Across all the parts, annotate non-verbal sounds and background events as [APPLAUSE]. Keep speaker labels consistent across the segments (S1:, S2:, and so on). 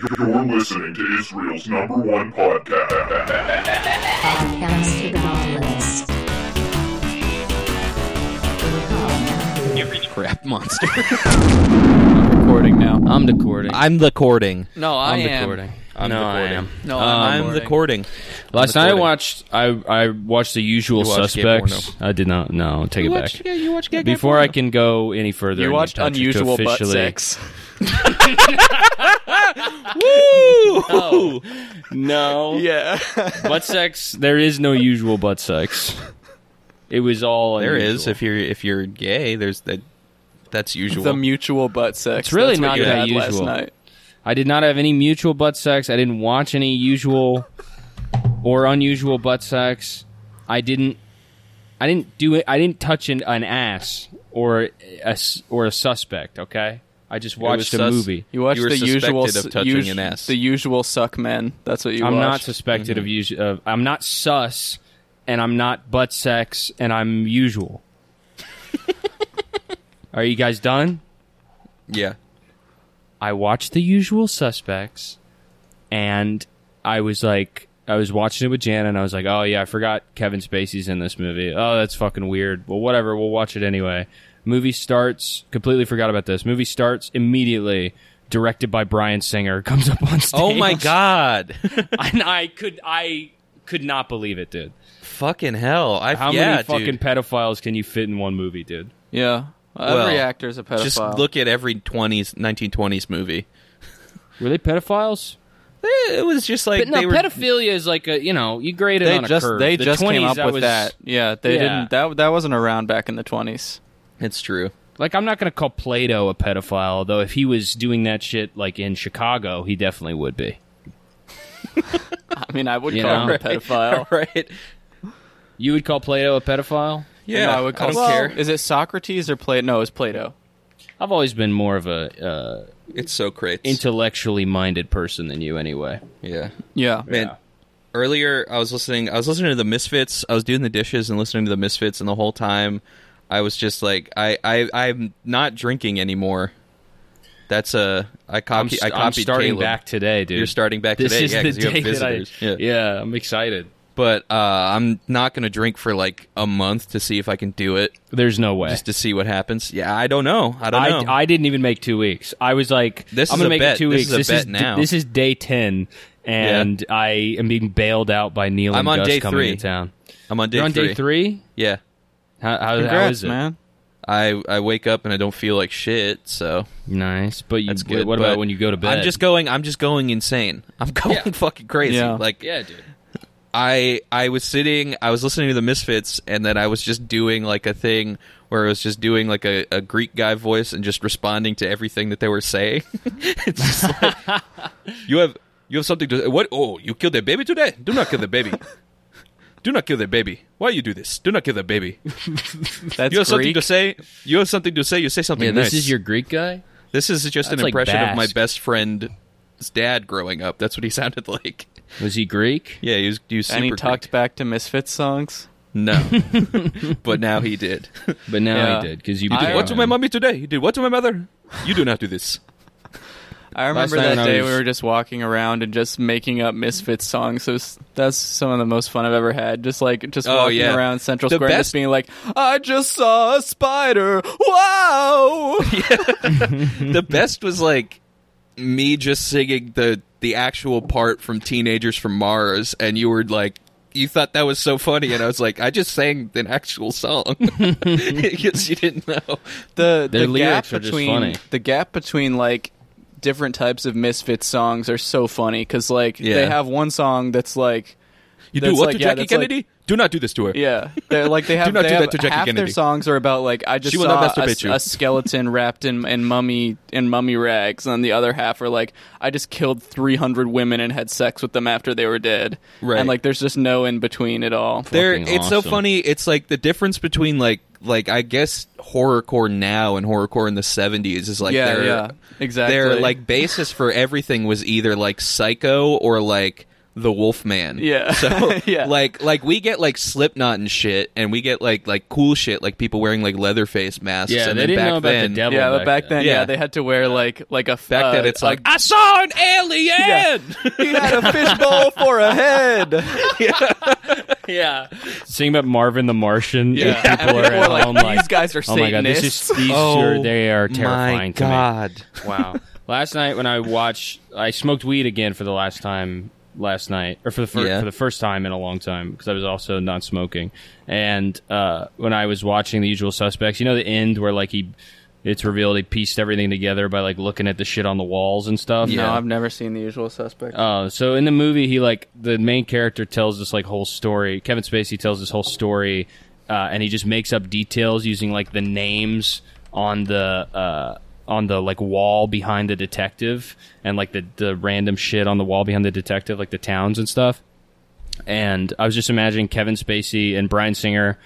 S1: You're listening to Israel's number one podcast.
S2: Podcast to the Nautilus.
S3: [LAUGHS]
S4: crap monster.
S3: recording now.
S5: I'm decording.
S4: I'm the courting.
S5: no, I
S4: I'm
S5: am.
S4: decording. I'm
S5: no, I
S4: decording.
S5: am.
S4: No,
S5: No,
S3: Um,
S4: I'm, the courting.
S5: Last
S4: I'm
S5: night I
S4: decording.
S5: watched. I I watched The Usual
S4: You watched Gay
S5: Suspects. I did not. No, take it back. you watched Before I can go any further, I
S3: You
S5: need
S3: watched
S5: Patrick to
S3: unusual butt
S5: officially-
S3: sex.
S5: No, [LAUGHS]
S3: [LAUGHS] [LAUGHS]
S5: no.
S3: Yeah.
S5: butt sex. There is no usual butt sex. It was all
S4: There
S5: unusual.
S4: is if you're if you're gay. There's that. That's usual.
S3: the mutual butt sex.
S5: It's really
S3: That's what
S5: not
S3: you
S5: that
S3: had
S5: usual.
S3: Last night.
S5: I did not have any mutual butt sex. I didn't watch any usual or unusual butt sex. I didn't. I didn't do it. I didn't touch an, an ass or a s- or a suspect. Okay, I just
S4: It was
S5: watched a
S4: sus-
S5: movie.
S3: You watched
S4: were
S3: the usual
S4: suspected of
S3: s-
S4: touching
S3: us-
S4: an ass.
S3: The usual suck men. That's what you
S5: I'm not
S3: watched.
S5: suspected
S4: Mm-hmm.
S5: of usual. Of, I'm not sus, and I'm not butt sex, and I'm
S4: [LAUGHS]
S5: usual. Are you guys done?
S3: [LAUGHS]
S4: yeah.
S5: I watched The Usual Suspects, and I was like, I was watching it with Jan, and I was like, oh yeah, I forgot Kevin Spacey's in this movie. Oh, that's fucking weird. Well, whatever, we'll watch it anyway. Movie starts. Completely forgot about this. Movie starts immediately. Directed by Brian Singer, [LAUGHS] comes up on stage.
S4: Oh my god.
S3: [LAUGHS]
S5: And I could, I could not believe it, dude.
S4: fucking hell. I
S5: How many
S4: yeah, dude.
S5: fucking pedophiles can you fit in one movie, dude?
S3: Yeah.
S4: Well,
S3: Every actor's a pedophile.
S4: Just look at every 20s 1920s movie.
S5: Were they pedophiles?
S4: Eh, It was just like
S5: But no,
S4: they were
S5: pedophilia is like a you know you grade it
S3: They
S5: on a
S3: just
S5: curve.
S3: they
S5: The
S3: just came
S5: 20s,
S3: up
S5: that
S3: with
S5: was-
S3: that. Yeah. They
S5: Yeah.
S3: didn't. That that wasn't around back in the 20s.
S4: It's true.
S5: Like, I'm not going to call Plato a pedophile, though. If he was doing that shit, like in Chicago, he definitely would be.
S3: [LAUGHS] I mean, I would
S5: You
S3: call
S5: know?
S3: him a pedophile. [LAUGHS]
S4: [LAUGHS] right.
S5: You would call Plato a pedophile?
S4: Yeah.
S3: I would call.
S4: don't
S3: well,
S4: care.
S3: Is it Socrates or Plato? No, it's Plato.
S5: I've always been more of a uh,
S4: It's so crates.
S5: intellectually minded person than you, anyway.
S4: yeah.
S3: Yeah.
S4: Man,
S5: Yeah.
S4: earlier I was listening. I was listening to the Misfits. I was doing the dishes and listening to the Misfits, and the whole time I was just like, I, I, I'm not drinking anymore. That's a I
S5: I'm,
S4: copy. I
S5: st-
S4: copied
S5: I'm starting
S4: Caleb.
S5: back today, dude.
S4: You're starting back
S5: This
S4: today.
S5: is
S4: yeah,
S5: the
S4: 'cause you
S5: day
S4: have
S5: that I-
S4: visitors. yeah.
S5: yeah, I'm excited.
S4: but uh, I'm not going to drink for like a month to see if I can do it,
S5: There's no way.
S4: just to see what happens. Yeah, I don't know. I don't know.
S5: I, I didn't even make two weeks. I was like,
S4: This
S5: I'm
S4: is
S5: gonna
S4: a
S5: make
S4: bet.
S5: it two
S4: This
S5: weeks.
S4: is a bet
S5: d-
S4: now.
S5: This is day ten, and I am being bailed out by Neil. and
S4: I'm on
S5: Gus
S4: day
S5: coming
S4: three.
S5: to town.
S4: am on day
S5: You're on
S4: three.
S5: day three.
S4: Yeah,
S5: How, how, how
S3: Congrats,
S5: is it?
S3: man.
S4: I I wake up and I don't feel like shit. So
S5: Nice, but you,
S4: That's good.
S5: What about
S4: but
S5: when you go to bed?
S4: I'm just going. I'm just going insane. [LAUGHS] I'm going fucking crazy.
S3: Yeah.
S4: Like
S5: yeah, dude.
S4: I I was sitting. I was listening to the Misfits, and then I was just doing like a thing where I was just doing like a, a Greek guy voice and just responding to everything that they were saying. [LAUGHS] it's just like
S5: [LAUGHS]
S4: you have you have something to what? Oh, you killed the baby today? Do not kill the baby. Do not kill the baby. Why you do this? Do not kill the baby.
S3: That's
S4: you have something
S3: Greek.
S4: to say. You have something to say. You say something.
S5: Yeah, this
S4: nice.
S5: is your Greek guy.
S4: This is just an
S5: That's like
S4: impression of my
S5: Basque.
S4: best friend's dad growing up. That's what he [LAUGHS] sounded like.
S5: Was he Greek?
S4: Yeah, he was, he was super
S3: and he talked
S4: Greek.
S3: back to Misfits songs.
S4: No, [LAUGHS] but now he did.
S5: But now
S3: Yeah.
S5: he did because you.
S3: I-
S5: became
S4: What to my
S5: him. [LAUGHS]
S4: mommy today? You did what to my mother? You do not do this. [LAUGHS]
S3: I remember
S5: night
S3: that
S5: when I
S3: day
S5: was-
S3: we were just walking around and just making up Misfits songs. So s- that's some of the most fun I've ever had. Just like just
S4: Oh,
S3: walking
S4: yeah.
S3: around Central
S4: The
S3: Square and
S4: best-
S3: just being like, "I just saw a spider!
S4: [LAUGHS]
S3: Wow!"
S4: the best was like me just singing the the actual part from Teenagers from Mars, and you were like. You thought that was so funny, and I was like, I just sang an actual song [LAUGHS] because you didn't know.
S3: the
S5: Their
S3: the
S5: lyrics are
S3: gap
S5: just
S3: between
S5: funny.
S3: the gap between like different types of Misfits songs are so funny because like
S4: Yeah.
S3: they have one song that's like
S4: You do
S3: That's
S4: what
S3: like-
S4: to
S3: yeah,
S4: Jackie
S3: that's like-
S4: Kennedy? do not do this to her.
S3: Yeah, they're like they have.
S4: not
S3: they
S4: [LAUGHS] do
S3: have-
S4: that to Jackie
S3: half their
S4: Kennedy.
S3: songs are about like I just
S4: She will
S3: saw
S4: not
S3: a,
S4: masturbate you.
S3: a skeleton wrapped in, in mummy in mummy rags, and the other half are like I just killed three hundred women and had sex with them after they were dead.
S4: Right.
S3: and like there's just no in between at all.
S4: There,
S5: fucking
S4: it's so
S5: awesome.
S4: funny. It's like the difference between like like I guess horrorcore now and horrorcore in the seventies is like
S3: yeah,
S4: their
S3: yeah, exactly.
S4: their like basis for everything was either like Psycho or like the Wolfman.
S3: Yeah.
S4: [LAUGHS] So
S3: [LAUGHS] Yeah.
S4: like like we get like Slipknot and shit, and we get like like cool shit like people wearing like leather face masks.
S5: Yeah,
S4: and
S5: they
S4: then
S5: didn't
S4: back
S5: know about
S4: then,
S5: the devil.
S3: yeah, but back then, yeah.
S4: Yeah.
S3: they had to wear like like a [LAUGHS]
S4: Back
S3: uh,
S4: then, it's
S3: a-
S4: like I saw an alien.
S3: yeah,
S4: head. [LAUGHS]
S3: He had a fishbowl for a head.
S5: yeah. Sing about Marvin the Martian.
S4: Yeah.
S5: Yeah. People are at
S3: like,
S5: home like,
S3: these guys are
S5: oh my god, this is
S3: Satanists.
S4: [LAUGHS]
S5: these are, they are [LAUGHS] terrifying
S4: My
S5: to me.
S4: God.
S5: Wow. [LAUGHS] last night when I watched, I smoked weed again for the last time last night, or for the fir-
S4: Yeah.
S5: for the first time in a long time because I was also not smoking. And uh, when I was watching The Usual Suspects, you know the end where like he, it's revealed he pieced everything together by like looking at the shit on the walls and stuff.
S3: No, I've never seen the usual suspect.
S5: Uh, so in the movie, he like the main character tells this like whole story. Kevin Spacey tells this whole story, uh, and he just makes up details using like the names on the uh, on the like wall behind the detective, and like the the random shit on the wall behind the detective, like the towns and stuff. And I was just imagining Kevin Spacey and Brian Singer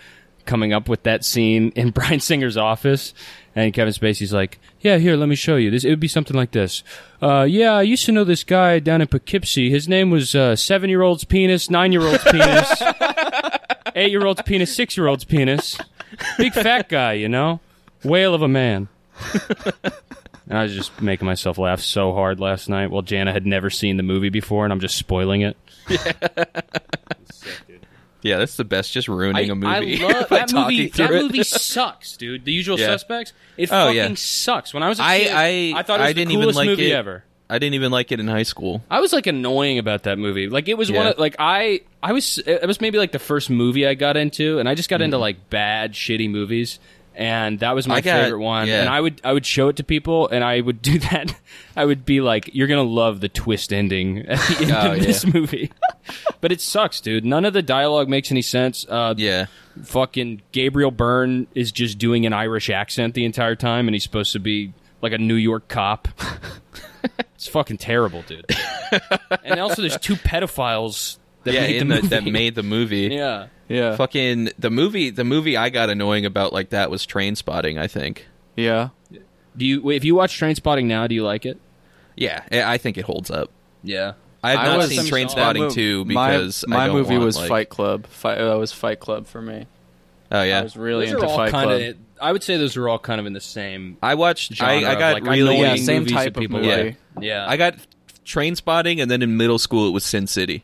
S5: coming up with that scene in [LAUGHS] Brian Singer's office. And Kevin Spacey's like, "Yeah, here, let me show you. This it would be something like this. Uh, yeah, I used to know this guy down in Poughkeepsie. His name was uh, seven-year-old's penis, nine-year-old's penis, eight-year-old's penis, six-year-old's penis. Big fat guy, you know, whale of a man." and I was just making myself laugh so hard last night. While Jana had never seen the movie before, and I'm just spoiling it.
S4: Yeah, that's the best. Just ruining a [LAUGHS] movie.
S5: I love
S4: by
S5: that
S4: talking
S5: movie.
S4: through
S5: That
S4: it.
S5: movie sucks, dude. The Usual
S4: Yeah.
S5: Suspects. It
S4: Oh,
S5: fucking
S4: yeah.
S5: sucks. When I was a
S4: I-
S5: kid, I,
S4: I-
S5: thought it was
S4: I didn't
S5: the
S4: even
S5: coolest
S4: like
S5: movie
S4: it.
S5: ever.
S4: I didn't even like it in high school.
S5: I was like annoying about that movie. Like it was one
S4: Yeah.
S5: of like I I was it was maybe like the first movie I got into, and I just got into like bad shitty movies. And that was my
S4: Hmm. I got-
S5: favorite one.
S4: yeah.
S5: And I would I would show it to people, and I would do [LAUGHS] that. I would be like, "You're gonna love the twist ending [LAUGHS] at the end
S4: Oh,
S5: of
S4: yeah.
S5: this movie." [LAUGHS] but it sucks, dude. None of the dialogue makes any sense. Uh,
S4: Yeah.
S5: fucking Gabriel Byrne is just doing an Irish accent the entire time, and he's supposed to be like a New York
S4: [LAUGHS]
S5: cop. it's fucking terrible, dude. and also, there's two pedophiles that
S4: yeah,
S5: made
S4: in
S5: the
S4: the,
S5: movie.
S4: that made the
S5: [LAUGHS]
S4: movie. [LAUGHS]
S5: yeah.
S3: yeah,
S4: Fucking the movie. The movie I got annoying about like that was Train Spotting. I think.
S3: yeah.
S5: Do you if you watch Train Spotting now? Do you like it?
S4: Yeah, I I think it holds up.
S5: Yeah.
S4: I have
S3: I
S4: not
S3: was-
S4: seen
S5: that
S4: Train
S3: That
S4: Spotting
S3: mov-
S4: two
S3: my-
S4: because I
S3: my,
S4: don't
S3: movie
S4: want,
S3: was
S4: like-
S3: Fight Club. Fight, that was Fight Club for me.
S4: Oh yeah,
S3: I was really
S5: Those are
S3: into
S5: all
S3: Fight
S5: kind
S3: Club.
S5: of. I would say those are all kind of in the same.
S4: I watched.
S5: Genre
S4: I, I
S5: of,
S4: got
S5: like, I
S4: really.
S5: know
S3: yeah,
S5: what
S4: I,
S5: you-
S3: same
S5: movies that
S3: type of
S5: people
S3: movie.
S4: like.
S5: Yeah,
S4: got Train Spotting, and then in middle school it was Sin City.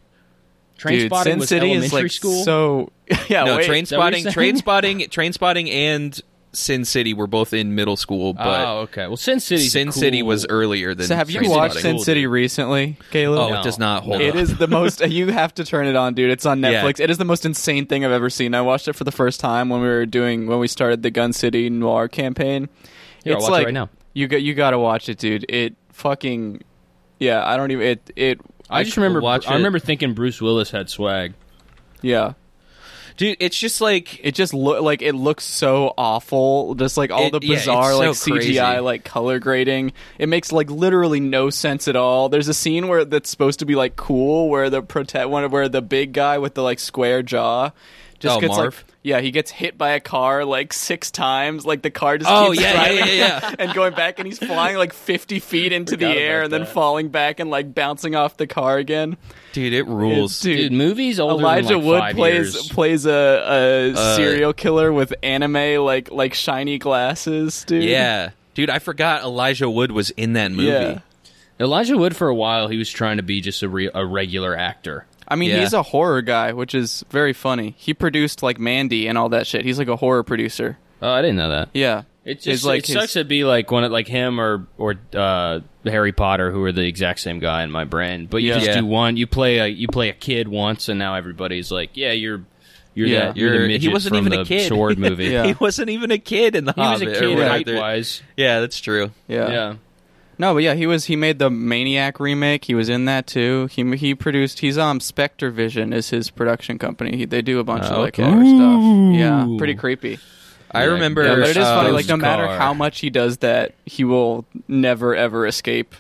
S5: Train
S3: Dude, Sin
S5: was
S3: City
S5: elementary
S3: is like
S5: school.
S3: so. [LAUGHS] Yeah,
S4: no,
S3: wait.
S4: Train
S5: Oh, that what you're
S4: Spotting,
S5: saying?
S4: Train Spotting, Train Spotting, and Sin City were both in middle school, but
S5: oh, okay. Well, Sin City.
S4: Sin City was earlier than.
S3: So have you
S4: Train
S3: watched
S4: Spotting.
S3: Sin City recently, Caleb?
S4: Oh,
S5: No.
S4: it does not hold
S3: It
S4: up.
S3: is the most. [LAUGHS] You have to turn it on, dude. It's on
S4: Yeah.
S3: Netflix. It is the most insane thing I've ever seen. I watched it for the first time when we were doing when we started the Gun City Noir campaign.
S5: Here, I'll
S3: it's
S5: watch it
S3: like
S5: right now.
S3: you got you got to watch it, dude. It fucking yeah. I don't even it it.
S5: I just remember.
S4: watch
S5: I
S4: it.
S5: remember thinking Bruce Willis had swag.
S3: yeah.
S4: dude. It's just like
S3: It just look like it looks so awful. Just like all
S4: It-
S3: the
S4: yeah, it's
S3: bizarre
S4: so
S3: like
S4: crazy.
S3: CGI like color grading. It makes like literally no sense at all. There's a scene where that's supposed to be like cool where the protect one where the big guy with the like square jaw just
S4: Oh,
S3: gets
S4: Marv?
S3: like yeah, he gets hit by a car like six times. Like the car just
S4: Oh,
S3: keeps
S4: yeah, yeah,
S3: driving
S4: yeah, yeah.
S3: [LAUGHS] and going back, and he's flying like fifty feet into the
S5: Forgot
S3: air
S5: about
S3: and then
S5: that.
S3: falling back and like bouncing off the car again.
S4: dude. It rules.
S3: Dude,
S5: Dude, movies older than,
S3: Elijah
S5: like,
S3: Wood
S5: five
S3: plays
S5: years.
S3: plays a, a
S4: Uh,
S3: serial killer with anime like like shiny glasses, dude.
S4: yeah, dude. I forgot Elijah Wood was in that movie.
S3: yeah.
S5: Elijah Wood for a while he was trying to be just a, re- a regular actor.
S3: I mean,
S4: Yeah.
S3: he's a horror guy, which is very funny. He produced like Mandy and all that shit. He's like a horror producer.
S5: Oh, I didn't know that.
S3: Yeah,
S5: It
S3: It's
S5: just like it
S3: his-
S5: sucks to be like one of- like him or or uh, Harry Potter who are the exact same guy in my brain. But you
S3: Yeah.
S5: just
S4: Yeah.
S5: do one. You play a you play a kid once, and now everybody's like, yeah, you're you're
S3: Yeah.
S5: that you're, the
S4: You're- he
S5: midget
S4: wasn't
S5: from
S4: even a
S5: the [LAUGHS]
S4: kid. [LAUGHS]
S5: sword movie.
S3: Yeah.
S4: He wasn't even a kid in the
S5: He was a
S4: Hobbit or
S5: kid
S4: whatever.
S5: height wise.
S4: Yeah, that's true.
S3: yeah,
S5: Yeah.
S3: No, but yeah, he was. He made the Maniac remake. He was in that too. He he produced. He's on Spectre Vision is his production company. He, they do a bunch of like
S5: okay.
S3: horror stuff. Yeah,
S5: Ooh.
S3: pretty creepy.
S4: I
S5: Yeah,
S4: remember.
S5: yeah,
S3: But it is
S4: um,
S3: funny. Like no
S5: Frodo's
S3: matter
S5: car.
S3: how much he does that, he will never ever escape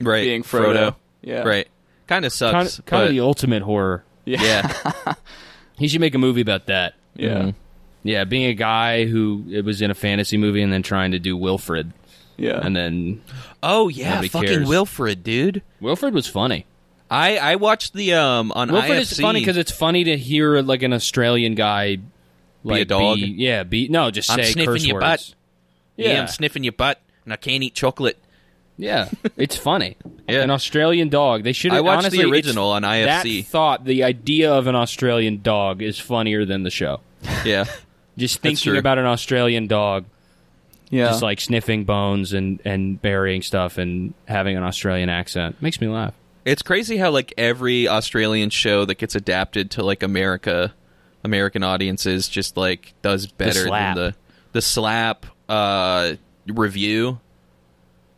S4: right,
S3: being Frodo. Yeah.
S4: Right, kind of sucks.
S5: Kind, of, kind of
S4: but-
S5: the ultimate horror.
S4: yeah,
S5: He should make a movie about that.
S3: Yeah.
S5: Yeah, being a guy who was in a fantasy movie and then trying to do Wilfred,
S3: Yeah.
S5: and then
S4: [LAUGHS] Oh yeah,
S5: Nobody
S4: fucking
S5: cares.
S4: Wilfred, dude.
S5: Wilfred was funny.
S4: I I watched the um on
S5: Wilfred
S4: IFC.
S5: is funny because it's funny to hear like an Australian guy like
S4: dog?
S5: yeah, be no, just
S4: I'm
S5: say
S4: sniffing
S5: curse
S4: your
S5: words.
S4: butt.
S5: Yeah,
S4: I'm sniffing your butt, and I can't eat chocolate.
S5: Yeah, it's funny.
S4: [LAUGHS] Yeah.
S5: An Australian dog. They should.
S4: I watched the
S5: honestly, it's-
S4: original on
S5: That
S4: IFC.
S5: thought, the idea of an Australian dog, is funnier than the show.
S4: yeah.
S5: [LAUGHS] Just
S4: That's
S5: thinking
S4: true.
S5: about an Australian dog,
S3: Yeah.
S5: just like sniffing bones and and burying stuff and having an Australian accent, makes me laugh.
S4: It's crazy how like every Australian show that gets adapted to like America, American audiences just like does better than
S5: slap.
S4: the the slap uh review.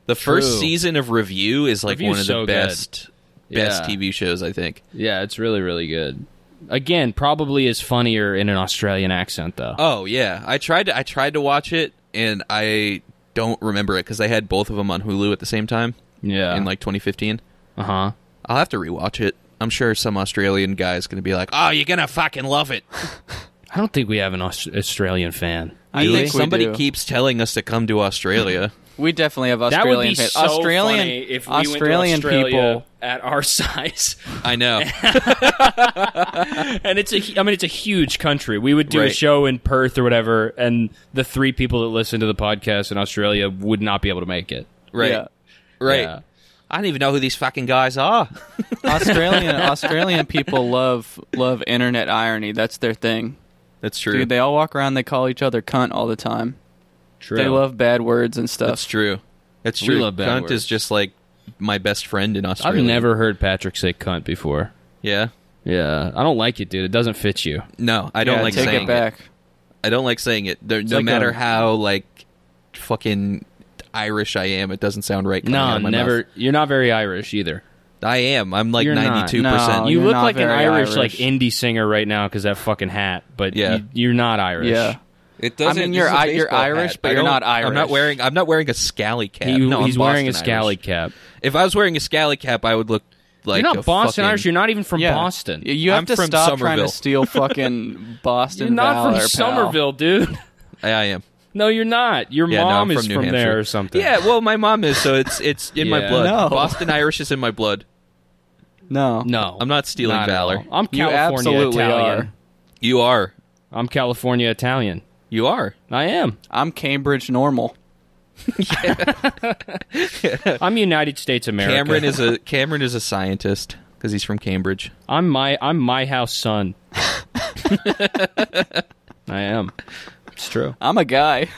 S4: The first
S5: True.
S4: season of Review is like
S5: Review's
S4: one of the
S5: so good.
S4: best best
S5: Yeah.
S4: TV shows I think.
S5: Yeah, it's really really good. Again, probably is funnier in an Australian accent though.
S4: Oh yeah, I tried to I tried to watch it and I don't remember it because I had both of them on Hulu at the same time
S5: yeah,
S4: in like 2015.
S5: uh huh.
S4: I'll have to rewatch it. I'm sure some Australian guy's gonna be like, "Oh, you're gonna fucking love it."
S5: I don't think we have an Aus- Australian fan.
S3: I
S4: Do
S3: think
S4: it?
S3: we
S4: somebody
S3: do.
S4: keeps telling us to come to Australia.
S3: We definitely have
S5: That
S3: Australian
S5: would be
S3: fans.
S5: so
S3: Australian,
S5: funny if we
S3: Australian
S5: went to Australia
S3: people.
S5: at our [LAUGHS] size.
S4: [LAUGHS] I [LAUGHS] know.
S5: and it's a hu- I mean it's a huge country. We would do a
S4: Right.
S5: show in Perth or whatever and the three people that listen to the podcast in Australia would not be able to make it.
S4: Right.
S3: Yeah.
S4: Right.
S5: Yeah.
S4: I don't even know who these fucking guys are.
S3: [LAUGHS] Australian Australian people love love internet irony. That's their thing.
S4: That's true.
S3: Dude, they all walk around. They call each other cunt all the time.
S5: True.
S3: They love bad words and stuff.
S4: That's true. That's
S5: We
S4: true.
S5: love bad
S4: Cunt
S5: words.
S4: is just like my best friend in
S5: I've
S4: Australia.
S5: never heard Patrick say cunt before.
S4: Yeah.
S5: Yeah. I don't like it, dude. It doesn't fit you.
S4: No, I don't
S3: Yeah,
S4: like
S3: take
S4: saying
S3: it back.
S4: I don't like saying it. There, no
S5: like
S4: matter
S5: a-
S4: how like fucking Irish I am, it doesn't sound right. coming out
S5: No,
S4: of my
S5: never
S4: mouth.
S5: you're not very Irish either.
S4: I am. I'm like
S5: You're not.
S4: ninety two
S3: No.
S4: percent.
S5: you
S3: you're
S5: look
S3: not
S5: like an
S3: very
S5: Irish,
S3: Irish.
S5: like indie singer right now cuz that fucking hat, but
S4: Yeah.
S5: you, are not Irish.
S3: Yeah.
S4: It
S3: doesn't- mean, this you're is a I- you're baseball Irish, hat. but I you're don't- not
S4: I'm
S3: Irish.
S4: not wearing. I'm not wearing a scally cap.
S5: He-
S4: no, I'm
S5: he's wearing a
S4: Boston
S5: scally
S4: Irish.
S5: cap.
S4: If I was wearing a scally cap, I would look like
S5: you're
S4: a
S5: not Boston
S4: fucking-
S5: Irish. You're not even from
S3: Yeah.
S5: Boston.
S3: Y- You have
S4: I'm
S3: to
S4: from
S3: stop trying
S4: Somerville.
S3: to steal [LAUGHS] fucking Boston.
S5: You're not
S3: valor,
S5: from
S3: pal.
S5: Somerville, dude. [LAUGHS]
S4: I, I am.
S5: No, you're not. Your
S4: Yeah, no,
S5: mom
S4: I'm
S5: is
S4: from New
S5: from there
S4: Hampshire.
S5: or something.
S4: Yeah, well, my mom is, so it's it's in
S5: [LAUGHS]
S4: my
S5: Yeah.
S4: blood.
S3: No.
S4: Boston Irish is in my blood.
S3: No.
S5: No,
S4: I'm not stealing
S5: at
S4: valor.
S5: all. I'm
S3: You
S5: California
S3: absolutely
S5: Italian.
S3: are.
S4: You are,
S5: I'm California Italian.
S4: you are.
S5: I am.
S3: I'm Cambridge normal.
S5: I'm United States America.
S4: Cameron is a Cameron is a scientist because he's from Cambridge.
S5: I'm my. I'm my house
S4: [LAUGHS]
S5: son. I am. It's true.
S3: I'm a guy.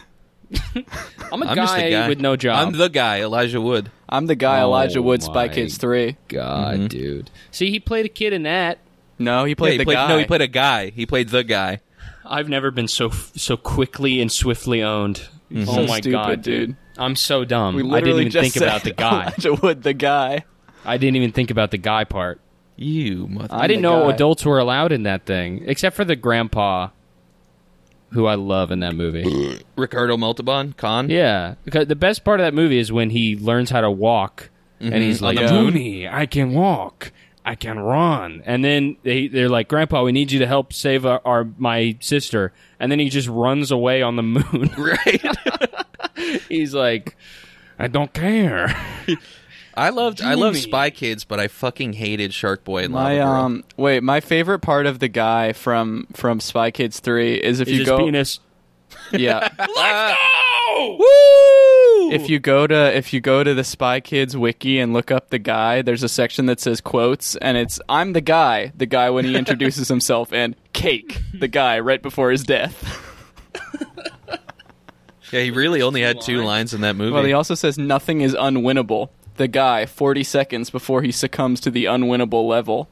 S5: I'm a guy,
S4: I'm just the guy
S5: with no job.
S4: I'm the guy, Elijah Wood.
S3: I'm the guy
S5: Oh
S3: Elijah Wood
S5: my
S3: Spy Kids 3.
S5: God,
S3: Mm-hmm.
S5: dude. See, he played a kid in that.
S3: No, he
S4: Yeah,
S3: played
S4: he
S3: the
S4: played,
S3: guy.
S4: No, he played a guy. He played the guy.
S5: I've never been so so quickly and swiftly owned. Oh
S3: Mm-hmm. so
S5: my
S3: stupid,
S5: god,
S3: dude.
S5: I'm so dumb.
S3: We
S5: I didn't
S3: literally
S5: even
S3: just
S5: think
S3: [LAUGHS]
S5: about the
S3: said
S5: guy. [LAUGHS]
S3: Elijah Wood, the guy.
S5: I didn't even think about the guy part.
S4: You mother.
S5: I didn't
S3: the
S5: know
S3: guy.
S5: adults were allowed in that thing, except for the grandpa, who I love in
S3: [LAUGHS]
S5: that movie.
S4: Ricardo Montalban, Khan.
S5: yeah, because the best part of that movie is when he learns how to walk, and he's Mm-hmm. like,
S3: the Yeah. moon.
S5: "Mooney, I can walk, I can run." And then they they're like, "Grandpa, we need you to help save our, our my sister." And then he just runs away on the moon. [LAUGHS]
S4: [LAUGHS] Right.
S5: he's like, "I don't care."
S4: I loved I loved
S5: Jimmy.
S4: Spy Kids, but I fucking hated Shark Boy and Lava
S3: My
S4: Girl.
S3: um wait, my favorite part of the guy from from Spy Kids 3 is if
S5: Is
S3: you
S5: his
S3: go
S5: penis?
S3: [LAUGHS] yeah.
S4: Ah,
S3: if you go to if you go to the Spy Kids wiki and look up the guy, there's a section that says quotes, and it's "I'm the guy," the guy [LAUGHS] when he introduces himself, and "Cake," the guy right before his [LAUGHS] death.
S4: yeah, he really only had two lines in that movie.
S3: Well, he also says nothing is unwinnable. The guy, 40 seconds before he succumbs to the unwinnable level.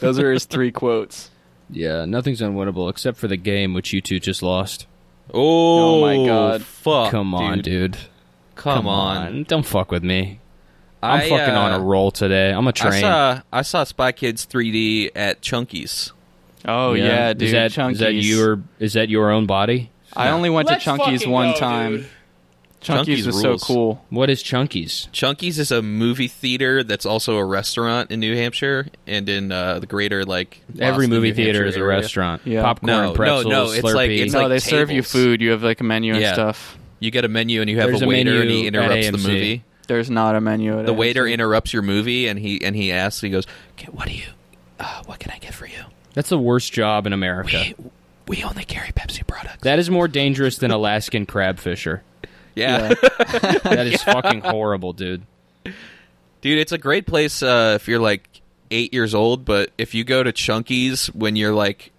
S3: Those are his three quotes.
S5: Yeah, nothing's unwinnable except for the game which you two just lost.
S4: oh,
S3: Oh my God.
S4: Fuck.
S5: Come on, dude.
S4: Come, on.
S5: Don't fuck with me. I'm
S4: I,
S5: fucking on
S4: uh,
S5: a roll today. I'm a train.
S4: I saw I saw Spy Kids 3D at Chunky's.
S3: Oh yeah, dude.
S5: Is that,
S3: Chunkies.
S5: is that your is that your own body?
S3: I only went to
S5: Let's
S3: Chunky's
S5: fucking
S3: one
S5: go,
S3: time.
S5: dude.
S3: Chunky's,
S4: Chunky's
S3: was
S4: rules.
S3: so cool.
S5: What is Chunkies?
S4: Chunky's is a movie theater that's also a restaurant in New Hampshire and in uh, the greater like
S5: Every
S4: Boston,
S5: movie
S4: New
S5: theater
S4: Hampshire
S5: is a
S4: area.
S5: restaurant.
S3: Yeah.
S5: Popcorn,
S4: No, no,
S5: pretzels,
S4: no, it's like-
S5: Slurpee.
S4: it's
S3: no,
S4: like
S3: they serve you
S4: tables.
S3: food. You have like a menu and
S4: Yeah.
S3: stuff.
S4: You get a menu and you have
S5: There's
S4: a
S5: a
S4: waiter and he
S5: menu at
S4: interrupts the
S5: AMC.
S4: movie.
S3: There's not a menu. At
S4: The
S3: it.
S4: waiter interrupts your movie and he and he asks. He goes, "Okay, "What do you? Uh, what can I get for you?
S5: That's the worst job in America.
S4: We, we only carry Pepsi products."
S5: that is more
S4: [LAUGHS]
S5: dangerous than Alaskan crab fisher.
S4: yeah,
S5: That is fucking horrible, dude.
S4: Dude, it's a great place uh, if you're like eight years old, but if you go to Chunky's when you're like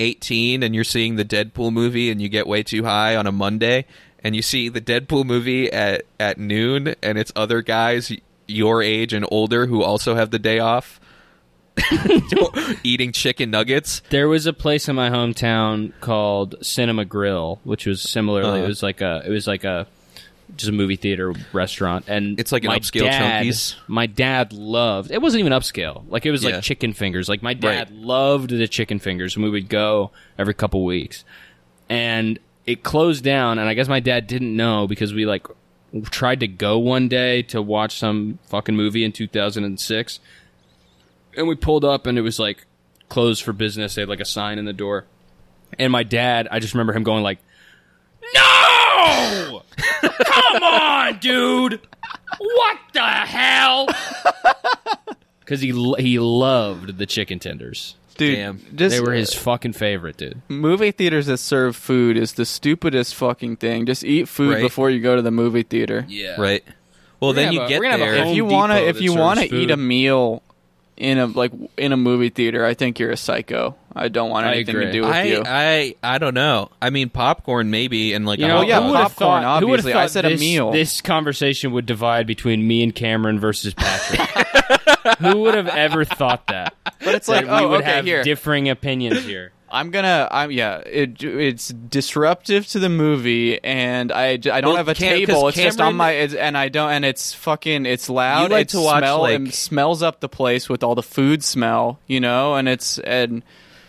S4: 18 and you're seeing the Deadpool movie and you get way too high on a Monday and you see the Deadpool movie at, at noon and it's other guys your age and older who also have the
S5: [LAUGHS]
S4: day off [LAUGHS] eating chicken nuggets.
S5: There was a place in my hometown called Cinema Grill, which was similarly.
S4: Uh-huh.
S5: It was like a. It was like a. Just a movie theater restaurant, and
S4: It's like an
S5: my
S4: upscale
S5: dad-
S4: Chunky's.
S5: My dad loved. It wasn't even upscale. Like it was
S4: Yeah.
S5: like chicken fingers. Like my dad
S4: Right.
S5: loved the chicken fingers, and we would go every couple weeks. And it closed down, and I guess my dad didn't know because we like tried to go one day to watch some fucking movie in 2006, and we pulled up and it was like closed for business. They had like a sign in the door. And my dad, I just remember him going like, "No! [LAUGHS] Come on, dude! What the hell?" Cuz he lo- he loved the chicken tenders.
S3: Dude,
S4: Damn.
S3: just
S5: they were his fucking favorite, dude.
S3: movie theaters that serve food is the stupidest fucking thing. Just eat food
S4: Right.
S3: before you go to the movie theater.
S5: Yeah.
S4: Right. Well, then
S5: gonna
S4: you
S5: have a-
S4: get
S5: we're gonna have a
S4: there.
S5: whole-
S3: If you
S5: Home
S3: wanna,
S5: Depot
S3: if
S5: that
S3: you
S5: serves
S3: wanna
S5: food.
S3: eat a meal in a like in a movie theater, I think you're a psycho. I don't want
S5: I
S3: anything to
S5: agree.
S3: do with you.
S4: I, I I don't know. I mean, popcorn maybe, and like
S5: You
S4: a
S5: know,
S4: hot
S3: yeah,
S4: dog.
S5: who would've
S3: popcorn,
S5: thought- who would've
S3: obviously. I
S5: thought
S3: said a
S5: this-
S3: meal.
S5: This conversation would divide between me and Cameron versus Patrick. [LAUGHS] who would have ever thought that?
S3: but it's like,
S5: that we
S3: oh,
S5: would
S3: okay,
S5: have
S3: here.
S5: differing opinions here.
S3: I'm gonna, I'm yeah. It it's disruptive to the movie, and I, j- I don't
S4: Well,
S3: have a
S4: Cam- 'cause
S3: table. It's just
S4: Cameron-
S3: on my, it's, and I don't, and it's fucking, it's loud.
S4: like
S3: it
S4: to watch,
S3: smell,
S4: like-
S3: it smells up the place with all the food smell, you know, and it's and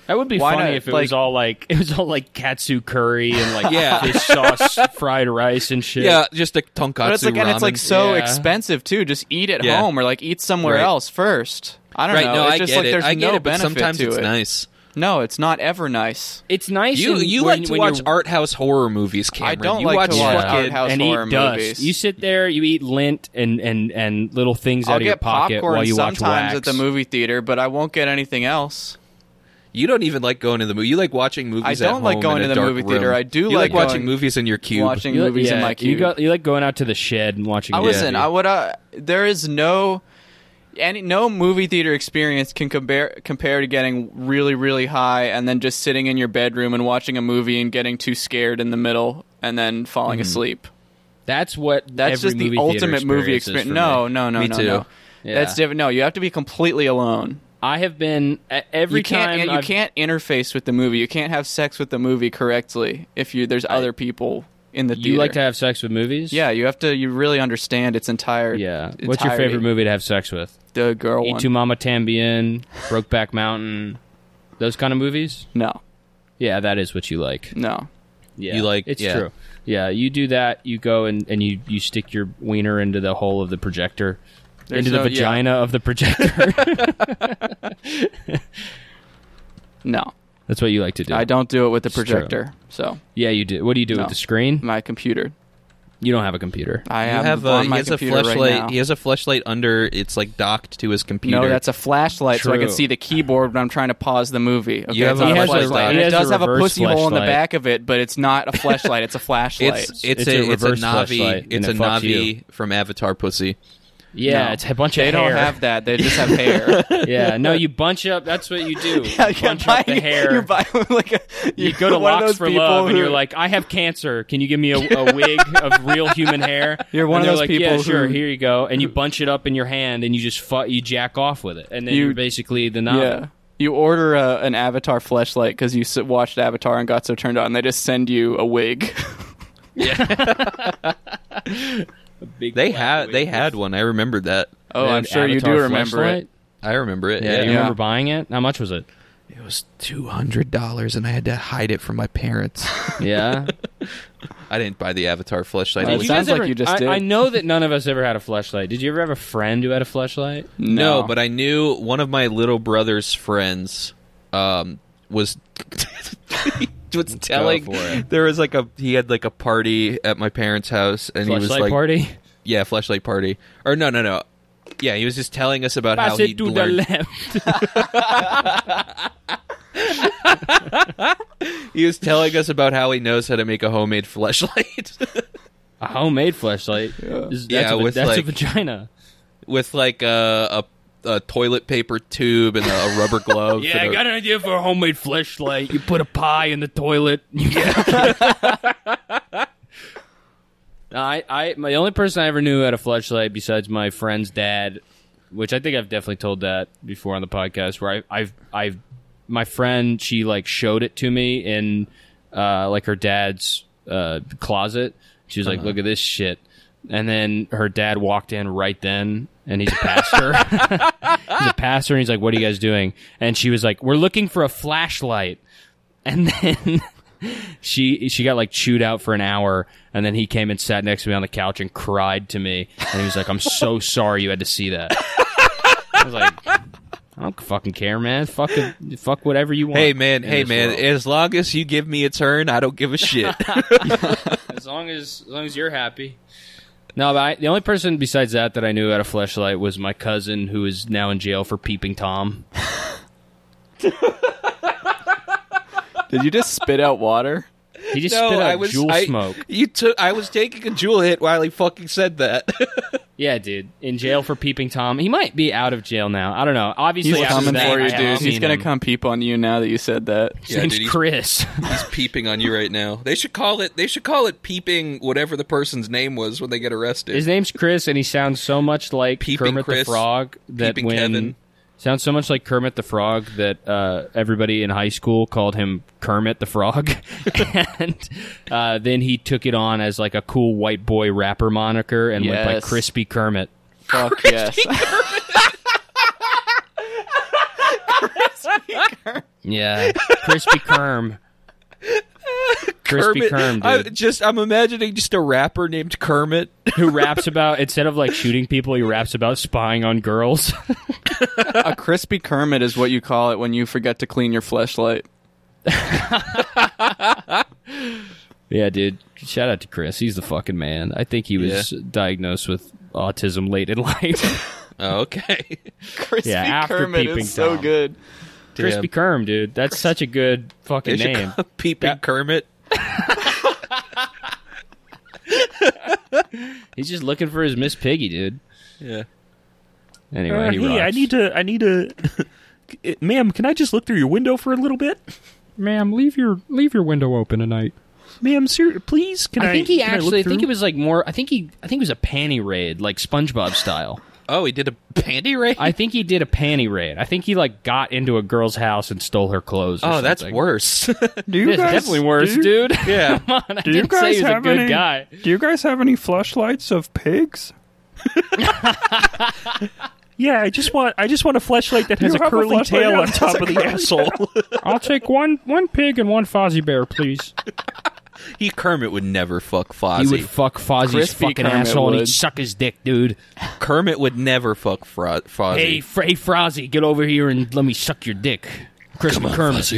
S5: That would be
S3: Why
S5: funny
S3: not,
S5: if it
S3: like-
S5: was all like it was all like katsu curry and [LAUGHS] like
S4: Yeah.
S5: fish sauce, fried rice and shit.
S4: Yeah, just a tonkatsu
S3: but it's like, and
S4: ramen.
S3: it's like so
S5: Yeah.
S3: expensive too. Just eat at
S4: Yeah.
S3: home or like eat somewhere
S4: Right.
S3: else first. I don't
S4: right?
S3: know.
S4: No,
S3: it's
S4: I
S3: just
S4: get
S3: like
S4: it.
S3: there's
S4: I
S3: no
S4: get it, but
S3: benefit
S4: sometimes
S3: to
S4: it's
S3: it.
S4: nice.
S3: No, it's not ever nice.
S5: it's nice.
S4: You
S5: in-
S4: you
S5: when-
S4: like to
S5: when
S4: watch
S5: you're-
S4: art house horror movies, Cameron.
S3: don't
S4: you
S3: like
S4: watch
S3: to watch
S4: fucking-
S3: art house
S5: and
S3: horror
S5: eat dust.
S3: movies.
S5: You sit there, you eat lint and and and little things out
S3: I'll
S5: of your
S3: get
S5: pocket
S3: popcorn
S5: while you watch
S3: sometimes
S5: wax.
S3: at the movie theater, but I won't get anything else.
S4: You don't even like going to the movie. You like watching movies.
S3: I don't
S4: at
S3: like
S4: home
S3: going
S4: in a
S3: to the
S4: dark
S3: movie
S4: room.
S3: theater. I do
S4: You
S3: like
S4: watching
S3: going-
S4: movies in your cube.
S3: Watching
S5: You like-
S3: movies
S5: yeah,
S3: in my
S5: You,
S3: cube.
S5: go, you like going out to the shed and watching.
S3: I
S5: a
S3: listen.
S5: movie.
S3: I would. Uh, there is no any no movie theater experience can compare compare to getting really really high and then just sitting in your bedroom and watching a movie and getting too scared in the middle and then falling asleep.
S5: That's what.
S3: That's
S5: Mm-hmm. every
S3: just the
S5: movie theater
S3: ultimate movie
S5: experience is
S3: experience. No,
S5: for me.
S3: no, no,
S4: Me
S3: no,
S4: too.
S3: no.
S5: Yeah.
S3: That's different. No, you have to be completely alone.
S5: I have been e- every
S3: You can't.
S5: time
S3: You
S5: I've-
S3: can't interface with the movie. You can't have sex with the movie correctly if you there's other people in the theater.
S5: You like to have sex with movies?
S3: Yeah, you have to. You really understand its entire.
S5: Yeah. What's your
S3: entirety.
S5: favorite movie to have sex with?
S3: The girl
S5: E
S3: one.
S5: to Mama Tambien, Brokeback Mountain, those kind of movies.
S3: no,
S5: Yeah, that is what you like.
S3: no.
S5: Yeah,
S4: You like-
S5: It's
S4: yeah.
S5: true. Yeah, you do that. You go and, and you you stick your wiener into the hole of the projector,
S3: There's
S5: into the
S3: no- yeah.
S5: vagina of the
S3: [LAUGHS]
S5: projector.
S3: No,
S5: That's what you like to do.
S3: I don't do it with the
S5: true.
S3: projector. So
S5: yeah, you do. What do you do
S3: No.
S5: with the screen?
S3: my computer,
S5: You don't have a computer.
S3: I
S4: You
S3: am
S4: have
S3: on
S4: a, he
S3: my
S4: has a
S3: computer
S4: flashlight.
S3: right now.
S4: he has a flashlight under. It's like docked to his computer.
S3: no, that's a flashlight, so I can
S5: True.
S3: see the keyboard when I'm trying to pause the movie. Okay,
S4: You have
S3: it's
S4: a
S3: not
S4: He has a-
S3: flashlight.
S4: he
S3: And it
S5: has a
S3: does have a
S5: reverse
S3: pussy hole in the
S5: flashlight.
S3: back of it, but it's not a flashlight. It's a flashlight.
S4: It's,
S5: It's
S4: it's,
S5: a
S4: a, it's a
S5: reverse flashlight,
S4: Navi. It's a
S5: and it fucks
S4: Navi
S5: you.
S4: from Avatar Pussy.
S5: Yeah,
S3: No.
S5: it's a bunch
S3: they
S5: of
S3: don't
S5: hair.
S3: have that. They just have hair.
S5: [LAUGHS] yeah, no, you bunch up. That's what
S3: [LAUGHS]
S5: you do. You bunch up the hair.
S3: You're buying like a,
S5: you go [LAUGHS] to
S3: one of
S5: Locks
S3: those
S5: for
S3: people
S5: Love and
S3: who-
S5: you're like, I have cancer. Can you give me a,
S3: [LAUGHS]
S5: a wig of real human hair?
S3: You're one
S5: and
S3: of
S5: they're
S3: those
S5: like,
S3: people
S5: Yeah, sure.
S3: who-
S5: Here you go. And you bunch it up in your hand and you just fu- you jack off with it, and then
S3: You-
S5: you, are basically the knob.
S3: Yeah. You order a, an Avatar fleshlight because you s- watched Avatar and got so turned on. They just send you a wig. [LAUGHS]
S5: Big
S4: They
S5: black
S4: had
S5: wig.
S4: they had one. I remembered that.
S3: oh,
S5: They had
S3: I'm sure you
S5: Avatar
S3: do remember
S5: fleshlight?
S3: it.
S4: I remember it.
S5: Yeah,
S4: Yeah,
S5: you
S3: Yeah.
S5: remember buying it? How much was it?
S4: it was two hundred dollars, and I had to hide it from my parents.
S3: [LAUGHS]
S5: [LAUGHS] Yeah,
S4: I didn't buy the Avatar flashlight.
S3: Did
S4: It
S3: you
S4: was-
S3: sounds like you just
S5: I,
S3: did.
S5: I know that none of us ever had a flashlight. Did you ever have a friend who had a flashlight?
S4: No, but I knew one of my little brother's friends um, was [LAUGHS] was telling
S5: for it.
S4: there was like a he had like a party at my parents' house and he was
S5: Flashlight
S4: like
S5: party.
S4: yeah flashlight party or no no no yeah he was just telling us about how
S5: Pass
S4: he
S5: it to the
S4: learned
S5: left.
S4: he was telling us about how he knows how to make a homemade fleshlight. [LAUGHS]
S5: A homemade flashlight. That's,
S4: Yeah,
S5: a,
S4: with,
S5: that's a
S4: like-
S5: vagina.
S4: with like a a, a toilet paper tube and a, a rubber
S5: [LAUGHS]
S4: glove.
S5: Yeah,
S4: and
S5: I
S4: a-
S5: got an idea for a homemade fleshlight. You put a pie in the toilet. [LAUGHS] You I, I, my the only person I ever knew who had a fleshlight besides my friend's dad, which I think I've definitely told that before on the podcast, where I, I've, I've, my friend, she like showed it to me in, uh, like her dad's uh closet. She was like, "Look at this shit," and then her dad walked in right then, and he's a pastor. he's a pastor and he's like, "What are you guys doing?" And she was like, "We're looking for a flashlight." And [LAUGHS] then she she got like chewed out for an hour, and then he came and sat next to me on the couch and cried to me, and he was like, "I'm so [LAUGHS] sorry you had to see that." I was like, "I don't fucking care, man. Fuck it- fuck whatever you want."
S4: Hey man,
S5: in
S4: hey
S5: this
S4: man!
S5: world.
S4: As long as you give me a turn, I don't give
S5: [LAUGHS]
S4: a shit.
S5: As long as as long as you're happy. No, but I, the only person besides that that I knew who had a flashlight was my cousin, who is now in jail for peeping tom.
S3: Did you just spit out water?
S5: He just spit out jewel
S4: I-
S5: smoke.
S4: You took. I was taking a jewel hit while he fucking said [LAUGHS] that.
S5: Yeah, dude, in jail for peeping tom. He might be out of jail now. I don't know. Obviously,
S3: [LAUGHS] He's
S5: after
S3: coming
S5: that,
S3: for
S5: I
S3: you,
S5: haven't
S3: dude. He's
S5: seen
S3: gonna
S5: him.
S3: come peep on you now that you said [LAUGHS] that.
S5: His name's
S3: [LAUGHS]
S5: Chris.
S4: he's peeping on you right now. They should call it. They should call it peeping. Whatever the person's name was when they get arrested. [LAUGHS]
S5: His name's Chris, and he sounds so much like
S4: Peeping
S5: Kermit
S4: Chris,
S5: the Frog that
S4: Peeping
S5: when
S4: Kevin.
S5: sounds so much like Kermit the Frog that uh, everybody in high school called him Kermit the Frog, [LAUGHS] and uh, then he took it on as like a cool white boy rapper moniker and went by
S3: Yes.
S5: Crispy Kermit.
S3: Fuck yes.
S5: Yeah, Crispy
S4: [LAUGHS]
S5: Kerm. Crispy Kerm,
S4: I,
S5: dude.
S4: just I'm imagining just a rapper named Kermit.
S5: who raps about instead of like shooting people, he raps about spying on girls.
S3: a crispy Kermit is what you call it when you forget to clean your fleshlight.
S5: Yeah, dude. Shout out to Chris. He's the fucking man. I think he was diagnosed with autism late in [LAUGHS]
S4: [LAUGHS]
S5: life.
S4: [LAUGHS] Oh, okay.
S3: [LAUGHS] Crispy
S5: Yeah, after
S3: Kermit
S5: peeping
S3: is so
S5: Tom.
S3: good.
S5: Crispy Kerm, dude. That's such a good
S4: [LAUGHS] They
S5: fucking
S4: should
S5: name.
S4: call it peeping Kermit.
S5: He's just looking for his Miss Piggy, dude.
S4: Yeah.
S5: Anyway,
S6: Uh,
S5: he
S6: hey,
S5: rocks.
S6: I need to. I need to. [LAUGHS] Eh, Ma'am, can I just look through your window for a little bit?
S5: ma'am, leave your leave your window open tonight.
S6: Ma'am, sir, please. Can I?
S5: I think he
S6: can I look
S5: actually. I, think
S6: through?
S5: it was like more. I think he. I think it was a panty raid, like SpongeBob style.
S4: Oh, he did a panty raid.
S5: I think he did a panty raid. I think he like got into a girl's house and stole her clothes. Or
S4: oh, that's
S5: something.
S4: worse. [LAUGHS]
S3: Do you
S5: It's definitely worse, dude.
S4: yeah.
S5: Come on, [LAUGHS] I
S6: Do you
S5: didn't say
S6: guys
S5: he was a
S6: have
S5: good
S6: any-
S5: guy.
S6: Do you guys have any flashlights of pigs? [LAUGHS] yeah, I just want. I just want a flashlight that has You a have a curly fleshlight tail that on has top a of the curly asshole.
S5: I'll take one one pig and one Fozzie Bear, [LAUGHS] please.
S4: [LAUGHS] he Kermit would never fuck Fozzie.
S5: He would fuck Fozzie's
S3: Crispy
S5: fucking
S3: Kermit
S5: asshole and
S3: would.
S5: he'd suck his dick, dude.
S4: Kermit would never fuck Fro- Fozzie.
S5: Hey, F- hey Frozzie, get over here and let me suck your dick. Crispy Kermit.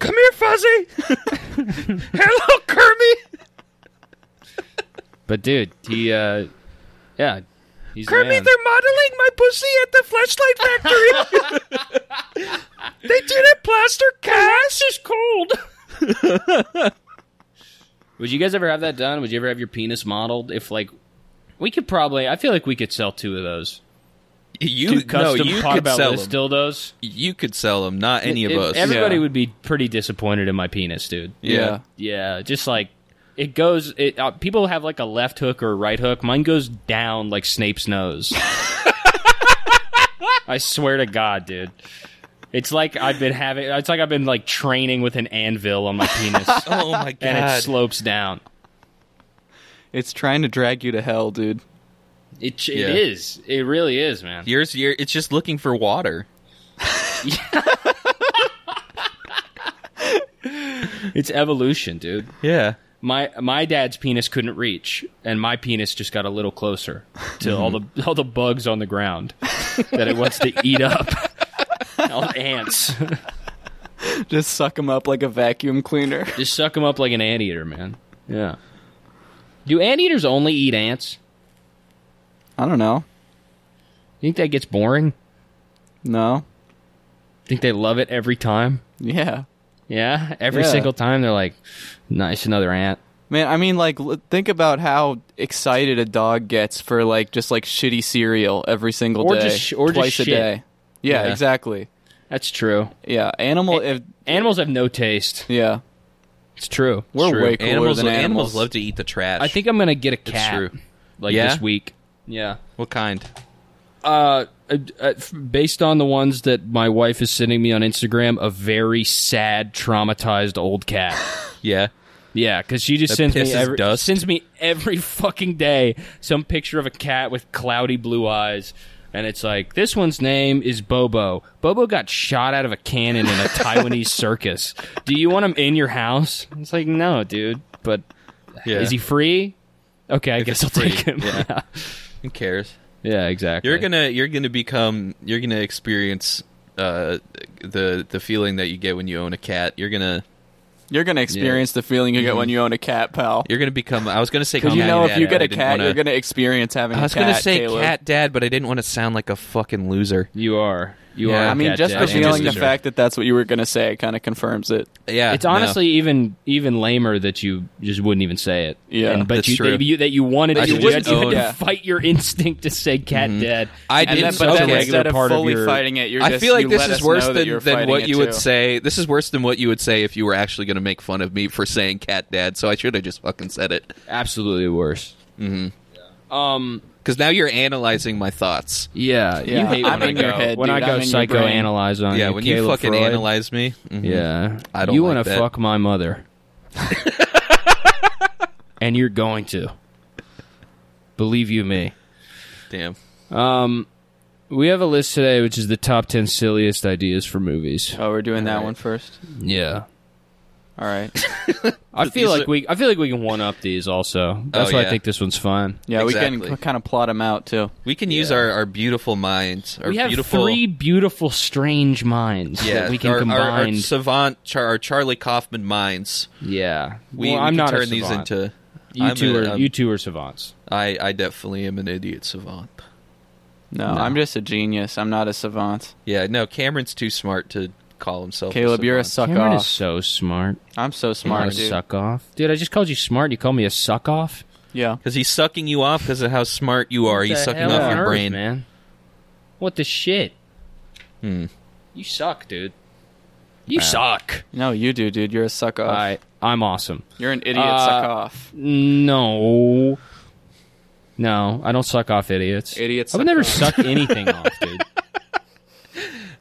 S4: Come here, Fozzie. Hello, Kermit.
S5: But dude, he uh yeah. He's the man.
S4: modeling my pussy at the flashlight factory. they did a plaster cast. is cold.
S5: [LAUGHS] Would you guys ever have that done? Would you ever have your penis modeled? If like we could probably I feel like we could sell two of those.
S4: You
S5: Two
S4: no,
S5: custom
S4: you
S5: pot
S4: could
S5: belly
S4: sell them.
S5: dildos.
S4: you could sell them. Not any of
S5: If-
S4: us.
S5: Everybody
S3: Yeah.
S5: would be pretty disappointed in my penis, dude.
S4: yeah.
S5: Yeah, just like it goes. It uh, people have like a left hook or a right hook. Mine goes down like Snape's nose. I swear to God, dude. It's like I've been having. It's like I've been like training with an anvil on my penis,
S4: Oh my god.
S5: and it slopes down.
S3: It's trying to drag you to hell, dude. [LAUGHS]
S5: It ch-
S4: Yeah.
S5: it is. It really is, man.
S4: Yours, your, it's just looking for water.
S5: It's evolution, dude.
S4: Yeah.
S5: My my dad's penis couldn't reach, and my penis just got a little closer to all the all the bugs on the ground that it wants to eat up. all the ants.
S3: Just suck him up like a vacuum cleaner. [LAUGHS]
S5: Just suck them up like an anteater, man. Yeah. Do anteaters only eat ants?
S3: I don't know.
S5: You think that gets boring?
S3: No.
S5: Think they love it every time?
S3: Yeah.
S5: Yeah, every
S3: Yeah.
S5: single time they're like, "Nice, another ant."
S3: Man, I mean, like, l- think about how excited a dog gets for like just like shitty cereal every single
S5: Or
S3: day,
S5: just sh- or just
S3: twice a
S5: shit.
S3: day. Yeah,
S5: Yeah.
S3: exactly.
S5: That's true.
S3: Yeah, animal. if,
S5: Animals have no taste.
S3: yeah,
S5: It's true.
S3: we're
S4: True.
S3: way cooler
S4: animals,
S3: than animals.
S4: love to eat the trash.
S5: I think I'm gonna get a cat.
S4: true.
S5: Like
S4: Yeah?
S5: this week. Yeah.
S4: What kind?
S5: Uh, uh, uh, f- based on the ones that my wife is sending me on Instagram, a very sad, traumatized old cat.
S4: Yeah.
S5: Yeah, because she just
S4: That
S5: sends me
S4: pisses
S5: every,
S4: dust.
S5: sends me every fucking day some picture of a cat with cloudy blue eyes, and it's like this one's name is Bobo. Bobo got shot out of a cannon
S4: [LAUGHS]
S5: in a Taiwanese circus. Do you want him in your house? It's like no, dude. But
S4: Yeah.
S5: is he free? Okay, I guess I'll
S4: it's free,
S5: take him.
S4: yeah. Who cares?
S5: Yeah, exactly.
S4: You're gonna you're gonna become you're gonna experience uh the the feeling that you get when you own a cat. You're gonna
S3: You're gonna experience the feeling you get when you own a cat, pal.
S4: Mm-hmm. you're gonna become. I was gonna say
S3: Because you
S4: cat
S3: know, if
S4: dad,
S3: you
S4: but
S3: get
S4: I
S3: a
S4: didn't
S3: cat,
S4: wanna-
S3: you're gonna experience having.
S4: I was
S3: a cat,
S4: gonna say
S3: Caleb.
S4: cat dad, but I didn't want to sound like a fucking loser.
S5: You are. You
S4: Yeah.
S5: are. a
S3: I mean,
S5: cat
S3: just the
S5: dad.
S4: I am just
S3: feeling, the
S4: sure.
S3: fact that that's what you were gonna say, kind of confirms it.
S4: Yeah,
S5: It's
S4: no.
S5: honestly even even lamer that you just wouldn't even say it.
S3: Yeah.
S5: and, but
S4: That's
S5: you,
S4: true.
S5: That you that you wanted
S4: That
S5: to.
S3: you
S5: You had
S3: just
S5: to, you had to
S3: own.
S5: fight your [LAUGHS] instinct to say cat
S4: Mm-hmm.
S5: dad.
S4: I
S5: And
S4: didn't,
S5: that's
S4: but
S5: such
S4: then
S5: a regular
S3: instead of
S5: part
S3: fully
S5: of your,
S3: fighting it, you're
S4: I
S3: just,
S4: feel like
S3: you
S4: this
S3: let
S4: is
S3: us know
S4: worse
S3: that
S4: than,
S3: you're
S4: than
S3: fighting
S4: what
S3: it
S4: you would
S3: too.
S4: say. This is worse than what you would say if you were actually going to make fun of me for saying cat dad. So I should have just fucking said it.
S5: absolutely worse. Mm-hmm. Um.
S4: Because now you're analyzing my thoughts.
S5: Yeah.
S3: Yeah,
S5: You hate
S3: I'm
S5: when
S3: in
S5: I
S3: your
S5: go,
S3: head,
S5: when
S3: dude.
S5: I go
S3: I'm in your brain.
S5: psychoanalyze on
S4: yeah,
S5: you,
S4: when you
S5: Caleb
S4: fucking
S5: Freud.
S4: analyze me. mhm.
S5: Yeah.
S4: I don't
S5: You
S4: like
S5: wanna
S4: that.
S5: fuck my mother. and you're going to. Believe you me.
S4: Damn.
S5: We have a list today which is the top 10 silliest ideas for movies.
S3: Oh, we're doing that one first.
S5: Yeah.
S3: All right.
S5: I feel
S4: these
S5: like
S4: are-
S5: we I feel like we can one up these also. That's
S4: Oh,
S5: why
S4: yeah.
S5: I think this one's fun.
S3: Yeah, we
S4: Exactly.
S3: can kind of plot them out too.
S4: We can use our, our beautiful minds. Our
S5: we have
S4: beautiful,
S5: three beautiful strange minds
S4: yeah,
S5: that we can
S4: our, our-
S5: combine.
S4: Our, savant, char, our Charlie Kaufman minds.
S5: yeah.
S4: We,
S5: well,
S4: we
S5: I'm
S4: can
S5: not a
S4: turn these
S5: savant.
S4: into.
S5: you
S4: I'm
S5: two
S4: a-
S5: are
S4: I'm-
S5: you two are savants.
S4: I, I definitely am an idiot savant.
S3: No, I'm just a genius. I'm not a savant.
S4: Yeah, no, Cameron's too smart to call himself.
S3: Caleb,
S4: a
S3: you're a
S4: savant.
S3: suck
S5: Cameron
S3: off.
S5: is so smart.
S3: I'm so
S5: You're
S3: smart,
S5: a
S3: dude.
S5: suck off, dude. I just called you smart. You called me a suck off.
S3: Yeah.
S4: Because he's sucking you off because of how smart you are. he's
S5: The
S4: sucking
S5: hell
S4: off
S5: on
S4: your
S5: earth,
S4: brain.
S5: man. What the shit? Hmm. You suck, dude. You suck.
S3: No, you do, dude. You're a suck off.
S5: I I'm awesome.
S3: You're an idiot
S5: Uh,
S3: suck off.
S5: No. No, I don't suck off idiots.
S3: Idiots
S5: I would
S3: suck
S5: never
S3: off.
S5: suck anything off, dude.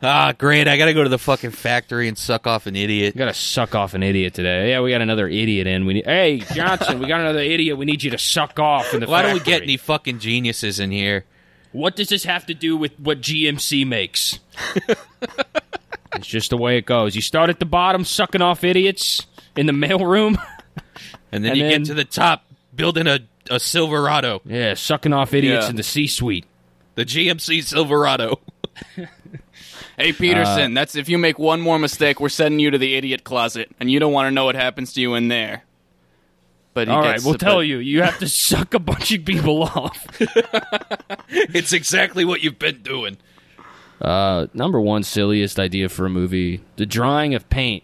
S4: Ah, great. I got to go to the fucking factory and suck off an
S5: We
S4: idiot.
S5: gotta suck off an idiot today. Yeah, we got another idiot in. We need. Hey Johnson, we got another idiot. We need you to suck off in the.
S4: Why don't we
S5: factory.
S4: get any fucking geniuses in here?
S5: What does this have to do with what GMC makes? it's just the way it goes. You start at the bottom, sucking off idiots in the mailroom.
S4: And then
S5: And
S4: you
S5: then-
S4: get to the top, building a, a Silverado,
S5: yeah, sucking off idiots
S3: Yeah.
S5: in the C-suite.
S4: the GMC Silverado. [LAUGHS]
S3: Hey, Peterson, that's if you make one more mistake, we're sending you to the idiot closet, and you don't want to know what happens to you in there. But he
S5: All right,
S3: gets
S5: we'll
S3: to-
S5: tell
S3: but-
S5: you. You have to [LAUGHS] suck a bunch of people off.
S4: it's exactly what you've been doing.
S5: Uh, number one silliest idea for a movie: the drawing of paint.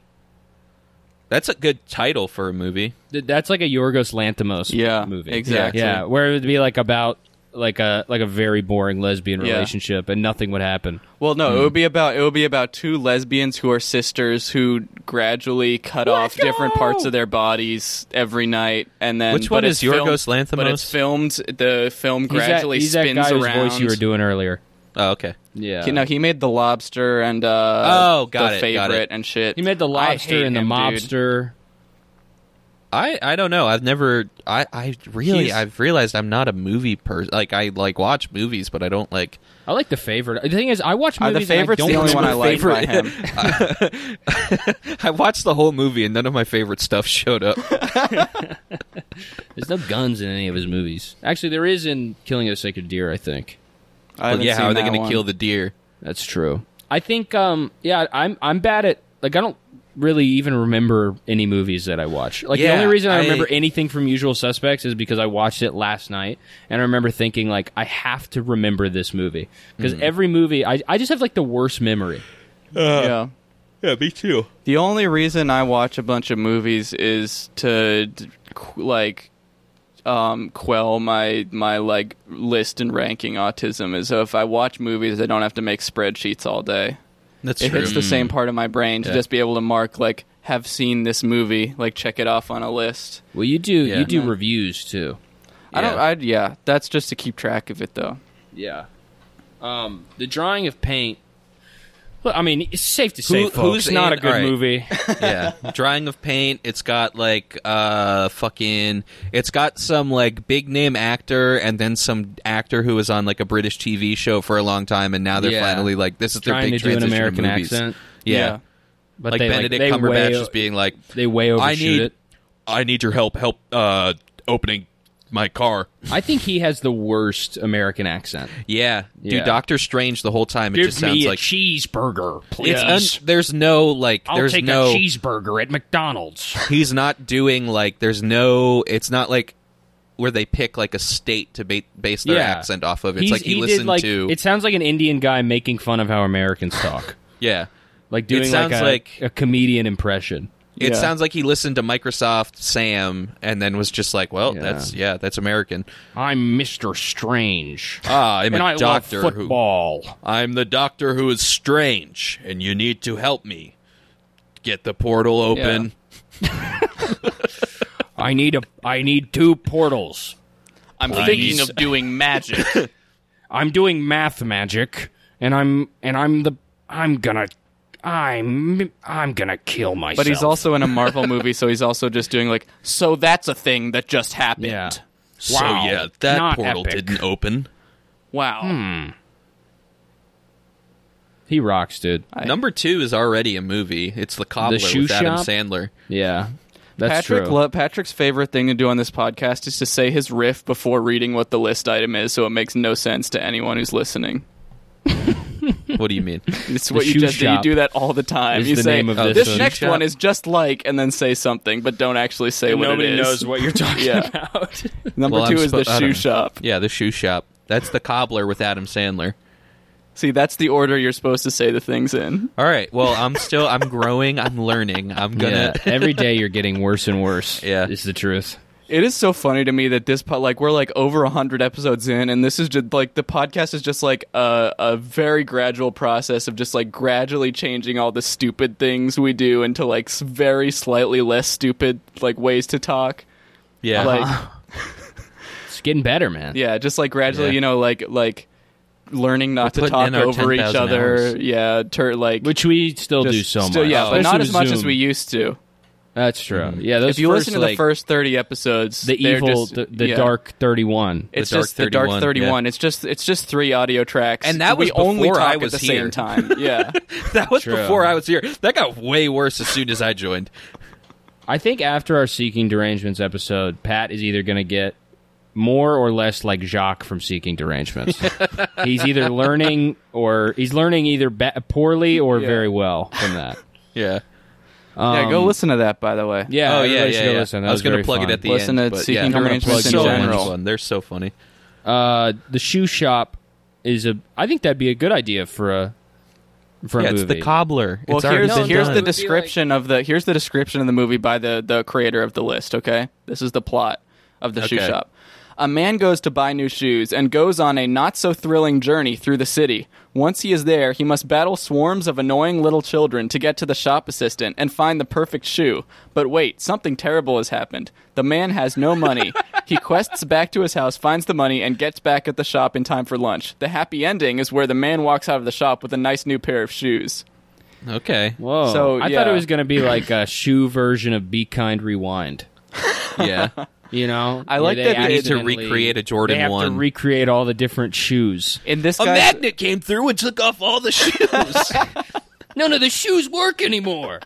S4: That's a good title for a movie.
S5: Th- That's like a Yorgos Lanthimos
S3: Yeah,
S5: movie.
S3: exactly.
S5: Yeah, where it would be like about like a like a very boring lesbian
S3: Yeah.
S5: relationship and nothing would happen.
S3: Well, no, it would be about it would be about two lesbians who are sisters who gradually cut off different parts of their bodies every night, and then
S4: Which
S3: but
S4: one
S3: it's
S4: is Yorgos
S3: filmed- But it's
S4: Lanthimos?
S3: filmed. The film gradually
S5: he's that, he's
S3: spins
S5: that guy whose
S3: around.
S5: voice you were doing earlier.
S4: Oh, okay.
S5: Yeah.
S3: You know, he made the lobster and uh,
S4: Oh, got
S3: the
S4: it, got
S3: favorite
S4: it.
S3: and shit.
S5: he made the
S3: I
S5: lobster
S3: hate
S5: and the
S3: him, dude.
S5: mobster.
S4: I, I don't know. I've never I, I really
S3: He's-
S4: I've realized I'm not a movie person. Like I like watch movies, but I don't like [LAUGHS]
S5: I like the favorite. The thing is, I watch
S3: Uh,
S5: movies.
S3: the favorite's
S5: and I
S3: the only
S5: don't
S3: one I
S5: remember-
S3: like by him.
S4: I watched the whole movie and none of my favorite stuff showed up.
S5: There's no guns in any of his movies. Actually, there is in Killing of the Sacred Deer. I think
S3: I
S4: [LAUGHS] Well,
S3: haven't
S4: yeah, how
S3: seen
S4: are they
S3: that
S4: gonna
S3: one.
S4: kill the deer?
S5: that's true. I think. Um. Yeah. I'm. I'm bad at like. I don't really even remember any movies that I watch. Like
S4: Yeah,
S5: the only reason I
S4: I-
S5: remember anything from Usual Suspects is because I watched it last night and I remember thinking like I have to remember this movie because
S4: Hmm.
S5: every movie I I just have like the worst memory.
S3: Yeah.
S4: Yeah, me too.
S3: The only reason I watch a bunch of movies is to d- qu- like um, quell my my like list and ranking autism is if I watch movies, I don't have to make spreadsheets all day.
S4: That's
S3: It hits the same part of my brain to
S4: Mm. Yeah.
S3: just be able to mark like have seen this movie, like check it off on a list.
S5: Well, you do
S4: Yeah.
S5: you do
S3: Yeah.
S5: reviews too.
S3: I don't.
S4: Yeah.
S3: I yeah, that's just to keep track of it though.
S5: Yeah. Um, the drawing of paint. Well, I mean, it's safe to say,
S4: Who-
S5: folks,
S4: who's
S5: not
S4: in-
S5: a good
S4: all right. [LAUGHS]
S5: movie.
S4: yeah drawing of paint it's got like uh fucking it's got some like big name actor and then some actor who was on like a british tv show for a long time and now they're
S5: Yeah.
S4: finally like this is their
S5: Trying
S4: big
S5: to do an
S4: transition to
S5: American
S4: movies.
S5: accent,
S4: yeah,
S5: but
S4: like
S5: they
S4: benedict
S5: they
S4: cumberbatch
S5: way,
S4: just being like
S5: they way overshoot
S4: i need
S5: it.
S4: i need your help help uh opening my car
S5: I think he has the worst American accent.
S4: yeah,
S5: Yeah.
S4: dude doctor strange the whole time it just sounds like
S5: cheeseburger,
S4: it's un- there's no like there's no
S5: cheeseburger at McDonald's.
S4: he's not doing like there's no it's not like where they pick like a state to ba- base their
S5: Yeah.
S4: accent off of it's
S5: He's-
S4: like he,
S5: did,
S4: listened
S5: like-
S4: to
S5: It sounds like an Indian guy making fun of how Americans talk,
S4: yeah
S5: like doing
S4: sounds
S5: like, a,
S4: like-
S5: a comedian impression.
S4: it
S3: Yeah.
S4: sounds like he listened to microsoft sam and then was just like well
S5: Yeah.
S4: that's yeah that's american
S5: I'm Mister Strange.
S4: ah i'm
S5: and
S4: a
S5: I
S4: doctor
S5: love
S4: who
S5: football.
S4: i'm the doctor who is strange and you need to help me get the portal open
S3: Yeah.
S5: I need a. I need two portals.
S3: I'm
S5: Please.
S3: thinking of doing [LAUGHS] magic.
S5: I'm doing math magic, and I'm and I'm the. I'm gonna. I'm I'm gonna kill myself.
S3: But he's also in a
S5: [LAUGHS]
S3: Marvel movie, so he's also just doing like, so that's a thing that just happened.
S5: yeah.
S4: so
S5: Wow.
S4: yeah that
S5: Not
S4: portal
S5: epic.
S4: didn't open
S3: Wow.
S5: Hmm, He rocks, dude.
S4: number two is already a movie it's the cobbler
S5: Shoe
S4: with adam
S5: Shop?
S4: sandler
S5: Yeah, that's
S3: Patrick
S5: true.
S3: lo- Patrick's favorite thing to do on this podcast is to say his riff before reading what the list item is, so it makes no sense to anyone who's listening.
S4: what do you mean
S3: It's what you
S5: shoe
S3: just do. You
S5: shop
S3: do that all the time.
S5: is
S3: you
S5: the
S3: say
S5: name of
S3: this,
S5: this one."
S3: next
S4: Shoe shop.
S3: one is just like, and then say something, but don't actually say what
S5: Nobody
S3: it is.
S5: knows what you're talking
S3: [LAUGHS] Yeah.
S5: about.
S3: Number
S4: Well, I'm
S3: two is the
S4: suppo- I don't
S3: shoe
S4: know.
S3: shop.
S4: Yeah, the shoe shop. That's the cobbler with Adam Sandler.
S3: See, that's the order you're supposed to say the things in.
S4: All right. Well, I'm still I'm growing. I'm learning. I'm gonna.
S5: Yeah, every day you're getting worse and worse.
S4: [LAUGHS] Yeah.
S5: is the truth.
S3: It is so funny to me that this pod, like we're like over hundred episodes in, and this is just like the podcast is just like a, a very gradual process of just like gradually changing all the stupid things we do into like s- very slightly less stupid like ways to talk.
S5: Uh-huh.
S4: Yeah.
S3: Like
S5: It's getting better, man.
S3: yeah, just like gradually,
S4: Yeah.
S3: you know, like like learning not
S4: We're
S3: to
S4: putting
S3: talk
S4: in our
S3: over each
S4: 10,000
S3: other.
S4: hours.
S3: Yeah, tur- like
S5: Which we still
S3: just
S5: do so
S3: still,
S5: much.
S3: Yeah, but
S5: Especially
S3: not
S5: with
S3: as much
S5: Zoom.
S3: as we used to.
S5: That's true. Yeah, those
S3: If you
S5: first,
S3: listen to
S5: like,
S3: the first thirty episodes,
S5: the
S3: they're
S5: evil,
S3: just-
S5: the, the
S3: yeah.
S5: dark thirty-one.
S3: It's
S4: Dark
S3: just the Dark
S4: 31,
S3: 31. It's just it's just three audio tracks,
S4: And that
S3: we
S4: was
S3: only
S4: before
S3: talk
S4: I
S3: at
S4: was
S3: the
S4: here.
S3: same time.
S4: [LAUGHS]
S3: Yeah,
S4: [LAUGHS] that was
S5: True.
S4: before I was here. That got way worse as soon as I joined.
S5: I think after our Seeking Derangements episode, Pat is either going to get more or less like Jacques from
S3: [LAUGHS]
S5: Seeking Derangements. he's either learning or he's learning either ba- poorly or very well from
S3: [LAUGHS]
S5: that.
S3: Oh,
S4: Yeah.
S3: yeah.
S4: Um,
S3: Go listen to that, by the way.
S5: Yeah.
S4: oh
S5: everybody
S4: yeah, yeah.
S5: should go
S4: yeah.
S5: Listen. That
S4: I was,
S5: very
S4: gonna plug
S5: fun.
S4: it at the
S3: Listen
S4: end.
S3: to
S4: but
S3: Seeking
S4: yeah.
S5: gonna
S3: Arrangements
S5: plug
S3: in
S4: so much
S3: general.
S4: fun. They're so funny.
S5: Uh, the shoe shop is a. I think that'd be a good idea for a for
S4: Yeah,
S5: a
S4: it's
S5: movie.
S4: the cobbler.
S3: Well,
S4: it's already
S3: here's,
S4: been
S3: here's
S4: done.
S3: the description of the here's the description of the movie by the the creator of the list. Okay, this is the plot of the shoe
S4: Okay.
S3: shop. A man goes to buy new shoes and goes on a not so thrilling journey through the city. Once he is there, he must battle swarms of annoying little children to get to the shop assistant and find the perfect shoe. But wait, something terrible has happened. The man has no
S4: [LAUGHS]
S3: money. he quests back to his house, finds the money, and gets back at the shop in time for lunch. The happy ending is where the man walks out of the shop with a nice new pair of shoes.
S4: Okay.
S5: Whoa!
S3: So,
S5: I thought
S3: yeah.
S5: it was going to be like a shoe version of Be Kind [LAUGHS] Rewind.
S4: Yeah.
S5: You know,
S3: I like
S5: Where
S3: that they-
S4: Need to
S5: accidentally-
S4: recreate a Jordan
S5: They have
S4: one.
S5: to recreate all the different shoes.
S3: In this
S4: a
S3: guy's-
S4: magnet came through and took off all the shoes.
S5: None of the shoes work anymore.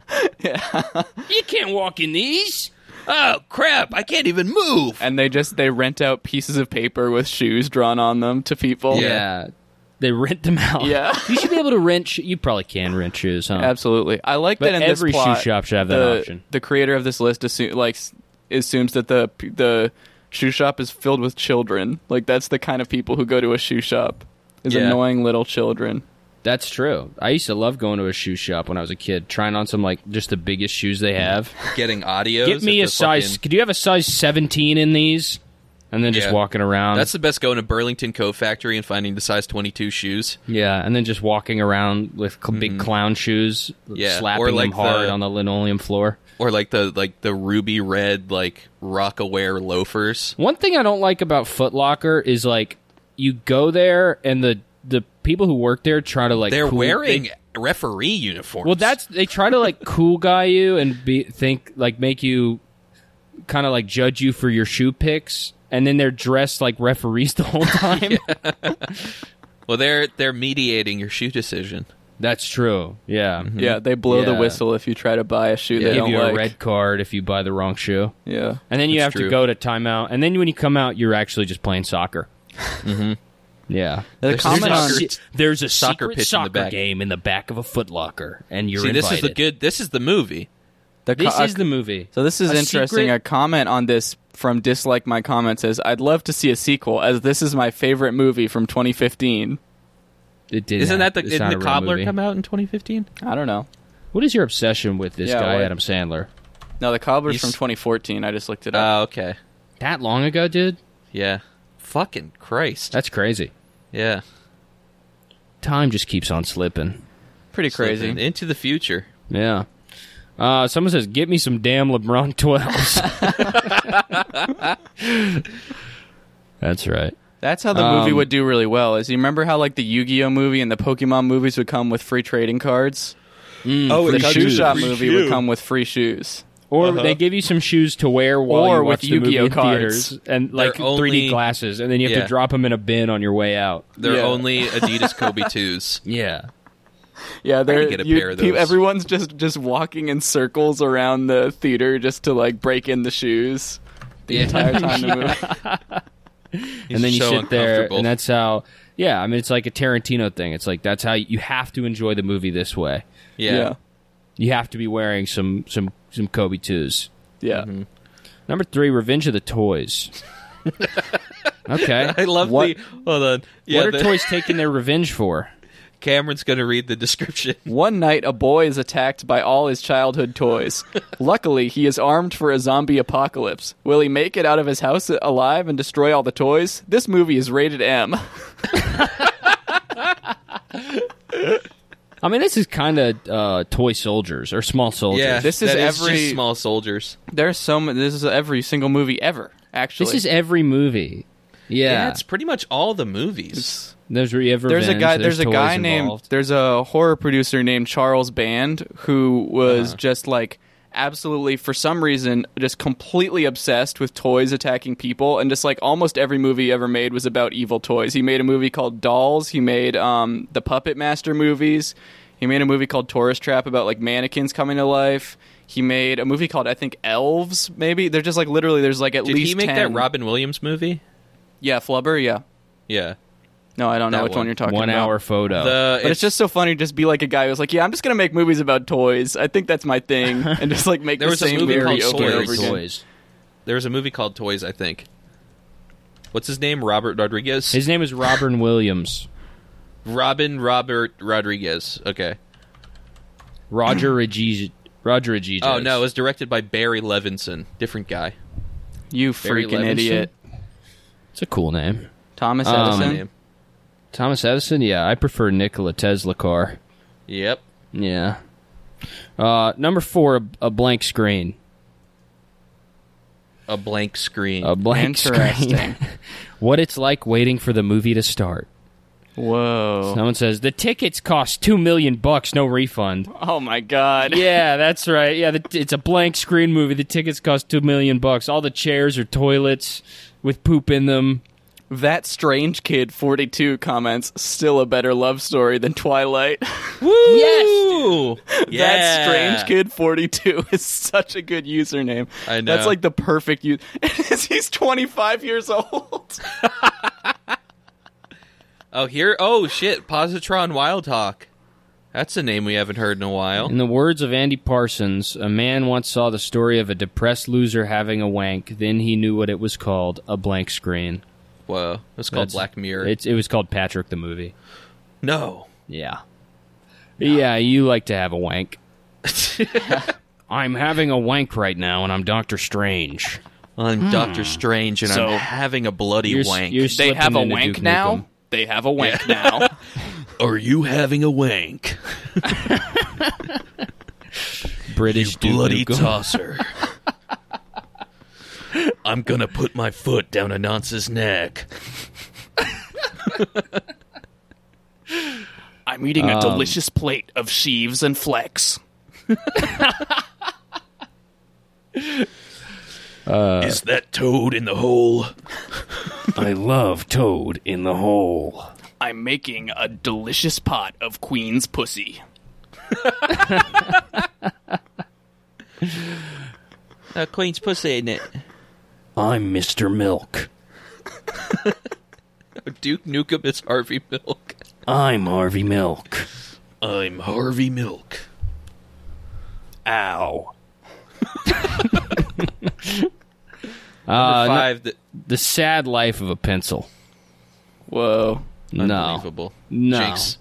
S5: you can't walk in these.
S4: oh crap! I can't even move.
S3: and they just they rent out pieces of paper with shoes drawn on them to people.
S5: Yeah, they rent them out.
S3: Yeah.
S5: [LAUGHS] you should be able to rent. sh- You probably can rent shoes, huh?
S3: absolutely. I like
S5: But
S3: that in
S5: every
S3: this
S5: shoe
S3: plot,
S5: shop should have that
S3: the,
S5: option.
S3: The creator of this list assu- like s- assumes that the the shoe shop is filled with children. Like that's the kind of people who go to a shoe shop is
S4: Yeah.
S3: annoying little children.
S5: That's true. I used to love going to a shoe shop when I was a kid, trying on some like just the biggest shoes they have.
S4: Getting audio.
S5: Give me a size. Could you have a size 17 in these? And then just
S4: Yeah.
S5: walking around.
S4: That's the best going to Burlington Coat Factory and finding the size 22 shoes.
S5: yeah, and then just walking around with cl- big clown shoes,
S4: Mm-hmm. Yeah,
S5: slapping
S4: or like
S5: them hard
S4: the-
S5: on the linoleum floor.
S4: Or like the like the ruby red like rock aware loafers.
S5: One thing I don't like about Foot Locker is like you go there and the the people who work there try to like
S4: They're
S5: cool-
S4: wearing
S5: they-
S4: referee uniforms.
S5: well,
S4: [LAUGHS]
S5: that's they try to like cool guy you and be think like make you kind of like judge you for your shoe picks, and then they're dressed like referees
S4: [LAUGHS]
S5: the whole time.
S4: well they're they're mediating your shoe decision.
S5: That's true. Yeah,
S4: Mm-hmm.
S3: Yeah, they blow the
S5: Yeah.
S3: whistle if you try to buy a shoe
S5: They
S3: they
S5: give
S3: don't
S5: you
S3: like.
S5: a red card if you buy the wrong shoe,
S3: Yeah.
S5: and then you
S4: That's
S5: have to
S4: true.
S5: go to timeout, and then when you come out, you're actually just playing soccer. Yeah.
S3: The
S4: Mm-hmm. There's
S3: comment on
S4: soccer-
S5: se- there's a
S4: soccer
S5: secret
S4: pitch in the
S5: soccer
S4: back.
S5: game in the back of a footlocker, and you're
S4: See, this is
S5: invited.
S4: the good this is the movie.
S3: the
S5: This
S3: co-
S5: is the movie.
S3: So this is
S5: A
S3: interesting.
S5: secret-
S3: A comment on this from dislike my comment says, "I'd love to see a sequel as this is my favorite movie from 2015."
S5: It didn't
S4: Isn't that the
S5: happen. It's
S4: didn't
S5: not
S4: the
S5: a real
S4: cobbler
S5: movie.
S4: come out in 2015?
S3: I don't know.
S5: What is your obsession with this
S3: Yeah,
S5: guy,
S3: what?
S5: Adam Sandler?
S3: No, the cobbler's
S4: He's-
S3: from 2014. I just looked it up.
S4: Oh, okay.
S5: That long ago, dude?
S4: Yeah. Fucking Christ.
S5: That's crazy.
S4: Yeah.
S5: Time just keeps on slipping.
S3: Pretty crazy.
S4: Slipping Into the future.
S5: Yeah. Uh, someone says, "Get me some damn LeBron
S4: [LAUGHS]
S5: 12s. [LAUGHS] That's right.
S3: That's how the movie
S5: Um,
S3: would do really well. Is you remember how like the Yu-Gi-Oh movie and the Pokemon movies would come with free trading cards?
S4: oh,
S3: The
S4: it's
S3: shoe shop
S4: Free
S3: movie
S4: shoe.
S3: would come with free shoes.
S5: Or they give you some shoes to wear while
S3: Uh-huh. Or
S5: you
S3: with
S5: watch the movie
S3: Yu-Gi-Oh
S5: in
S3: cards.
S5: theaters, and like
S4: They're
S5: 3D
S4: only-
S5: glasses, and then you have
S4: Yeah.
S5: to drop them in a bin on your way out.
S4: They're
S3: Yeah.
S4: only Adidas
S5: [LAUGHS]
S4: Kobe 2s.
S5: Yeah.
S3: Yeah, they're
S4: get a
S3: you-
S4: pair of
S3: pe-
S4: those.
S3: everyone's just just walking in circles around the theater just to like break in the shoes the entire time
S4: [LAUGHS]
S3: the movie.
S5: and then you
S4: so
S5: sit there,
S4: uncomfortable.
S5: and that's how. Yeah, I mean, it's like a Tarantino thing. It's like that's how you have to enjoy the movie this way.
S4: Yeah.
S5: You have to be wearing some some some Kobe twos.
S3: Yeah.
S5: Number three, Revenge of the Toys. [LAUGHS]
S4: [LAUGHS]
S5: okay,
S4: I love
S3: What-
S4: the. Hold on. Yeah,
S5: what are
S4: the-
S5: toys taking their revenge for?
S4: Cameron's going to read the description.
S3: One night, a boy is attacked by all his childhood [LAUGHS] toys. Luckily, he is armed for a zombie apocalypse. Will he make it out of his house alive and destroy all the toys? This movie is rated M.
S5: I mean, this is kind of uh, toy soldiers or small soldiers.
S4: Yeah,
S3: This is
S4: that
S3: every-
S4: just small soldiers.
S3: There's so many. This is every single movie ever. Actually,
S5: this is every movie. Yeah,
S4: That's pretty much all the movies.
S5: there's re- revenge,
S3: there's a guy. There's,
S5: There's,
S3: a
S5: toys
S3: guy named.
S5: involved.
S3: There's a horror producer named Charles Band who was just like absolutely for some reason just completely obsessed with toys attacking people and just like almost every movie he ever made was about evil toys. He made a movie called Dolls. He made um, the Puppet Master movies. He made a movie called Tourist Trap about like mannequins coming to life. He made a movie called I think Elves. Maybe they're just like literally there's like at
S4: Did
S3: least
S4: he make
S3: 10.
S4: that Robin Williams movie?
S3: Yeah, Flubber. Yeah.
S4: Yeah.
S3: No, I don't know
S4: That
S3: which one,
S4: one.
S3: you're talking
S5: one
S3: about.
S5: hour photo.
S4: The,
S3: But it's, just so funny to just be like a guy who's like, yeah, I'm just gonna make movies about toys. I think that's my [LAUGHS] thing, and just like make
S4: There
S3: the
S4: was a
S3: same
S4: movie
S3: movie
S4: called
S3: over and
S5: scary
S3: over
S4: Toys.
S3: again.
S5: toys.
S4: there was a movie called Toys, I think. What's his name? Robert Rodriguez.
S5: His name is Robin Williams.
S4: Robin Robert Rodriguez. Okay.
S5: Roger
S4: [CLEARS THROAT]
S5: Regis. Roger Regis.
S4: Oh no, it was directed by Barry Levinson, different guy.
S3: You
S5: Barry
S3: freaking
S5: Levinson?
S3: idiot,
S5: it's a cool name.
S3: Thomas
S5: Um,
S4: My
S3: Edison.
S4: name.
S5: Thomas Edison. Yeah, I prefer Nikola Tesla car.
S4: Yep.
S5: Yeah. Uh, number four, a, a blank screen.
S4: A blank screen.
S5: A blank
S3: Interesting.
S5: screen. [LAUGHS] what it's like waiting for the movie to start.
S3: Whoa!
S5: Someone says the tickets cost two million bucks, no refund.
S3: [LAUGHS] Oh my god!
S5: yeah, that's right. Yeah, the, it's a blank screen movie. The tickets cost two million bucks. All the chairs are toilets with poop in them.
S3: That strange kid 42 comments still a better love story than Twilight. [LAUGHS]
S4: Yes.
S3: that strange kid 42 [LAUGHS] is such a good username.
S4: I
S3: That's
S4: know.
S3: like the perfect [LAUGHS] use. He's 25 years [LAUGHS] old.
S4: Oh here. Oh shit. Positron Wild Hawk. That's a name we haven't heard in a while.
S5: In the words of Andy Parsons, a man once saw the story of a depressed loser having a wank. Then he knew what it was called a blank screen.
S4: Whoa. It's called
S5: That's-
S4: Black Mirror.
S5: It's, it was called Patrick the movie.
S4: no.
S5: Yeah. Yeah, you like to have a [LAUGHS] wank. I'm having a wank right now, and I'm Doctor Strange.
S4: I'm Doctor Strange, and
S3: So-
S4: I'm having a bloody
S5: Hmm. You're s-
S4: wank.
S5: you're
S3: They
S5: slipping
S3: have a
S5: into
S3: wank
S5: Duke
S3: now.
S5: Nukem.
S3: They have a wank now.
S4: Are you having a wank?
S5: British Duke
S4: bloody
S5: Nukem. [LAUGHS]
S4: tosser. I'm gonna put my foot down Anansa's neck.
S3: I'm eating
S5: Um,
S3: a delicious plate of sheaves and flecks.
S4: Is that toad in the hole?
S5: I love Toad in the hole.
S3: I'm making a delicious pot of Queen's pussy.
S4: That queen's pussy in it.
S5: I'm Mr. Milk.
S4: [LAUGHS] Duke Nukem is Harvey Milk.
S5: I'm Harvey Milk.
S4: I'm Harvey Milk.
S5: Ow.
S3: Uh,
S4: Number
S5: Uh, no-
S4: five, th-
S5: The sad life of a pencil.
S3: Whoa.
S5: No.
S4: unbelievable.
S5: No.
S4: Jake's.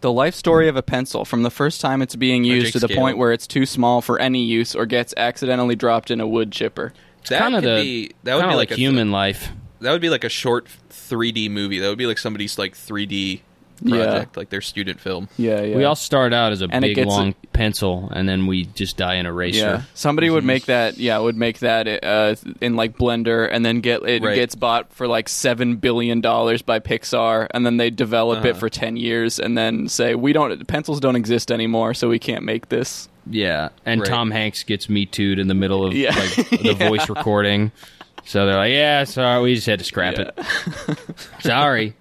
S3: The life story of a pencil, from the first time it's being used
S4: Jake
S3: to the
S4: scale.
S3: point where it's too small for any use or gets accidentally dropped in a wood chipper.
S4: That
S5: Kind of
S4: could
S5: the
S4: be that would
S5: kinda
S4: be
S5: like,
S4: like, a,
S5: human life.
S4: That would be like a short 3D movie. That would be like somebody's like 3D project, like their student film.
S3: Yeah, yeah.
S5: We all start out as a
S3: And it
S5: big
S3: gets-
S5: long pencil, and then we just die in a
S3: yeah.
S5: racer.
S3: Somebody would make that, yeah, would make that uh, in like Blender and then get it
S4: Right.
S3: gets bought for like 7 billion dollars by Pixar and then they develop it for 10 years and then say, "We don't pencils don't exist anymore, so we can't make this."
S5: Yeah, and
S4: Right.
S5: Tom Hanks gets me too'd in the middle of
S3: Yeah. [LAUGHS]
S5: like the voice recording. So they're like, "Yeah, sorry, we just had to scrap
S3: Yeah. [LAUGHS]
S5: it. sorry."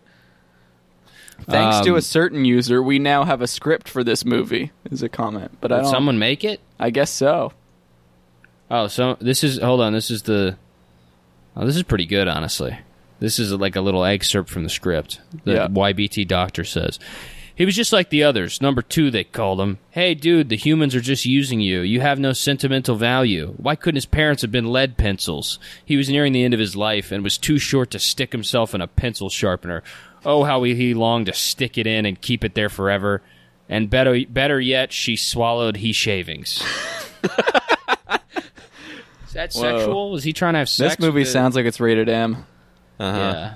S3: Thanks to
S5: Um,
S3: a certain user, we now have a script for this movie. Is a comment, but I
S5: Did
S3: don't.
S5: someone make it?
S3: I guess so.
S5: Oh, so this is hold on. This is the. Oh, this is pretty good, honestly. This is like a little excerpt from the script. The
S3: Yeah.
S5: YBT doctor says. He was just like the others. Number two, they called him. Hey, dude, the humans are just using you. You have no sentimental value. Why couldn't his parents have been lead pencils? He was nearing the end of his life and was too short to stick himself in a pencil sharpener. Oh, how he- he longed to stick it in and keep it there forever. And better, better yet, she swallowed he shavings. [LAUGHS] Is that sexual? Was he trying to have sex?
S3: This movie
S5: with-
S3: sounds like it's rated M.
S4: Uh-huh.
S5: yeah.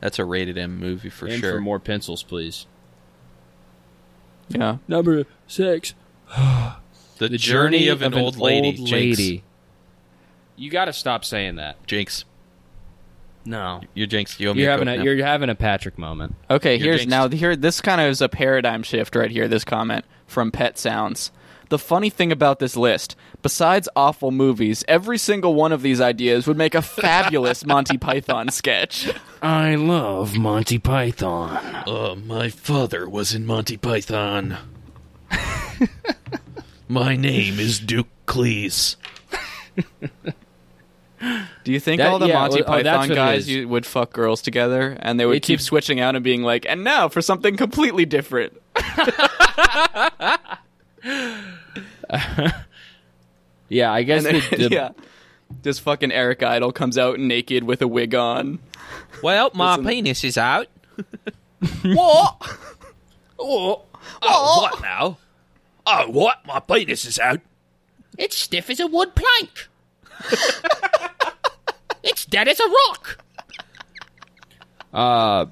S4: That's a rated M movie for
S5: And
S4: sure.
S5: for more pencils, please.
S3: Yeah.
S5: Number six.
S4: the, journey, of an, old lady.
S5: Old
S4: Jinx.
S5: lady. You got to stop saying that.
S4: Jinx.
S5: No.
S4: You're Jinx. You owe me
S5: You're
S4: a
S5: having
S4: Coke
S5: a
S4: now.
S5: you're having a Patrick moment.
S3: Okay,
S4: You're
S3: here's
S4: jinxed.
S3: now here this kind of is a paradigm shift right here, this comment from Pet Sounds. The funny thing about this list, besides awful movies, every single one of these ideas would make a
S5: [LAUGHS]
S3: fabulous Monty Python sketch.
S5: I love Monty Python.
S4: Uh, my father was in Monty Python. my name is Duke Cleese.
S3: Do you think
S5: That-
S3: all the
S5: yeah,
S3: Monty
S5: well, oh, that's
S3: Python
S5: what it
S3: guys
S5: is.
S3: you, would fuck girls together and they would
S5: It's
S3: keep
S5: a-
S3: switching out and being like, and now for something completely different?
S5: Yeah, I guess
S3: And then,
S5: the, the-
S3: [LAUGHS] yeah. This fucking Eric Idle comes out naked with a wig on.
S4: Well, my penis is out.
S3: What?
S4: Oh, what now? Oh, what? My penis is out.
S5: It's stiff as a wood plank. [LAUGHS] it's dead as a rock. Uh,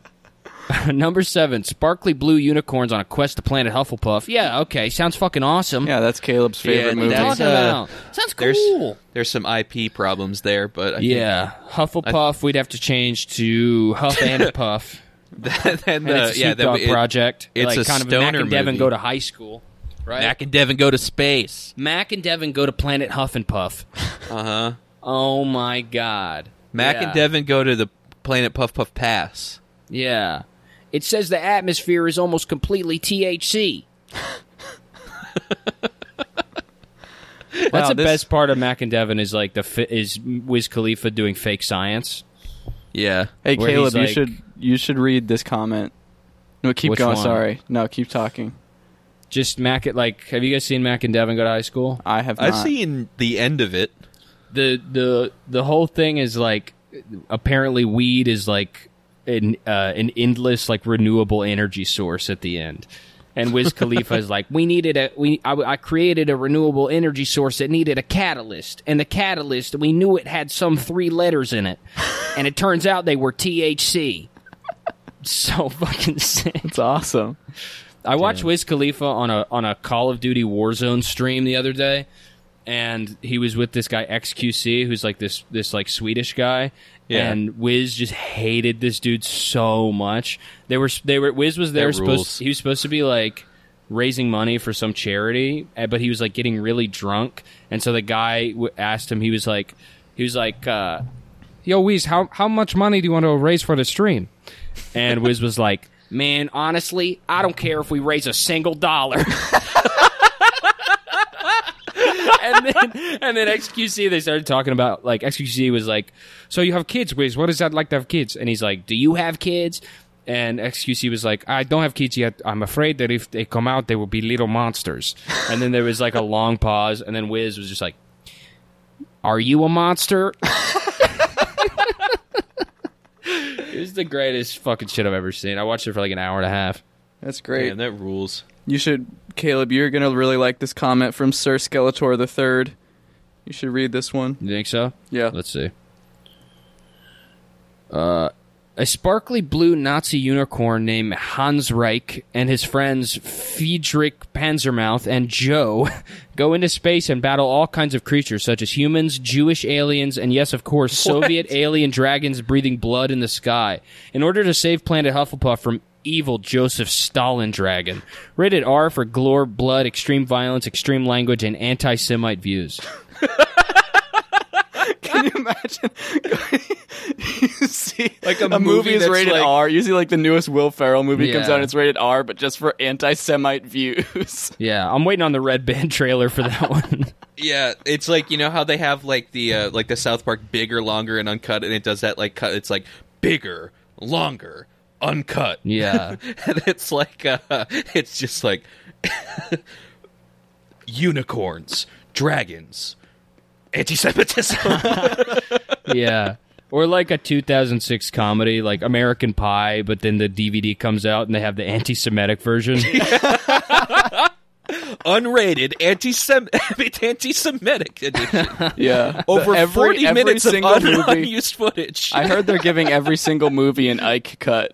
S5: [LAUGHS] number seven, sparkly blue unicorns on a quest to planet Hufflepuff. Yeah, okay, sounds fucking awesome.
S3: Yeah, that's Caleb's favorite
S4: Yeah,
S3: movie.
S5: What are you
S4: that's-
S5: talking about? sounds
S4: There's
S5: cool.
S4: there's some IP problems there, but I [LAUGHS]
S5: Yeah, Hufflepuff. we'd have to change to Huff
S4: [LAUGHS]
S5: and Puff.
S4: think then
S5: And
S4: the-
S5: it's a
S4: Uh, yeah,
S5: Snoop Dogg
S4: that, it-
S5: project.
S4: it's
S5: like
S4: a
S5: kind of Mac
S4: stoner
S5: and Devin
S4: movie.
S5: go to high school, right?
S4: Mac and Devin go to space.
S5: Mac and Devin go to planet Huff and
S4: [LAUGHS]
S5: Puff.
S4: Uh huh.
S5: Oh my god.
S4: Mac
S5: Yeah.
S4: and Devin go to the planet Puff Puff Pass.
S5: Yeah. It says the atmosphere is almost completely
S4: [LAUGHS]
S5: THC. That's
S3: Wow,
S5: the
S3: this-
S5: best part of Mac and Devin is like the fi- is Wiz Khalifa doing fake science.
S4: Yeah.
S3: Hey
S5: where he's
S3: Caleb, you
S5: like-
S3: should you should read this comment. No, keep
S5: Which
S3: going.
S5: one?
S3: Sorry, no, keep talking.
S5: Just Mac at like have you guys seen Mac and Devin go to high school?
S3: I have.
S4: I've
S3: not.
S4: seen the end of it.
S5: the the the whole thing is like apparently weed is like an uh, an endless like renewable energy source at the end And Wiz Khalifa is like, we needed a we I, I created a renewable energy source that needed a catalyst, and the catalyst we knew it had some three letters in it, and it turns out they were THC. [LAUGHS] So fucking sick.
S3: It's awesome.
S5: I watched Wiz Khalifa on a on a Call of Duty Warzone stream the other day, and he was with this guy XQC, who's like this this like Swedish guy.
S4: Yeah.
S5: And Wiz just hated this dude so much. They were they were Wiz was there
S4: That
S5: supposed
S4: rules.
S5: he was supposed to be like raising money for some charity, eh, but he was like getting really drunk, and so the guy w- asked him. He was like he was like. uh Yo, Wiz, how how much money do you want to raise for the stream? And Wiz was like, Man, honestly, I don't care if we raise a single dollar. and then and then XQC they started talking about like XQC was like, So you have kids, Wiz, what is that like to have kids? And he's like, Do you have kids? And XQC was like, I don't have kids yet. I'm afraid that if they come out, they will be little monsters. And then there was like a long pause, and then Wiz was just like, Are you a monster? [LAUGHS] It was the greatest fucking shit I've ever seen. I watched it for like an hour and a half.
S3: That's great.
S4: Man, that rules.
S3: You should, Caleb. You're gonna really like this comment from Sir Skeletor the Third. You should read this one.
S5: You think so?
S3: Yeah.
S5: Let's see. Uh, a sparkly blue Nazi unicorn named Hans Reich and his friends Friedrich Panzermouth and Joe [LAUGHS] go into space and battle all kinds of creatures, such as humans, Jewish aliens, and yes, of course, Soviet alien dragons breathing blood in the sky. In order to save Planet Hufflepuff from evil Joseph Stalin dragon. Rated R for gore, blood, extreme violence, extreme language, and anti Semite views.
S3: Can you imagine? you [LAUGHS] see,
S4: Like a movie
S3: movie is
S4: that's
S3: rated
S4: like-
S3: R. Usually, like the newest Will Ferrell movie comes
S5: Yeah.
S3: out, and it's rated R, but just for anti-Semite views. [LAUGHS]
S5: Yeah, I'm waiting on the red band [LAUGHS] trailer for that one.
S4: Yeah, it's like you know how they have like the uh, like the South Park bigger, longer, and uncut, and it does that like cut. It's like bigger, longer, uncut.
S5: Yeah.
S4: [LAUGHS] and it's like uh, [LAUGHS] it's just like unicorns, dragons,
S5: [LAUGHS]
S4: anti-Semitism.
S5: yeah. Or like a 2006 comedy, like American Pie, but then the DVD comes out and they have the anti-Semitic version.
S4: unrated anti-Sem- [LAUGHS] anti-Semitic edition.
S3: Yeah,
S4: Over
S3: The- every,
S4: 40
S3: every
S4: minutes of
S3: single
S4: un-
S3: movie.
S4: unused footage.
S3: I heard they're giving every single movie an Ike cut,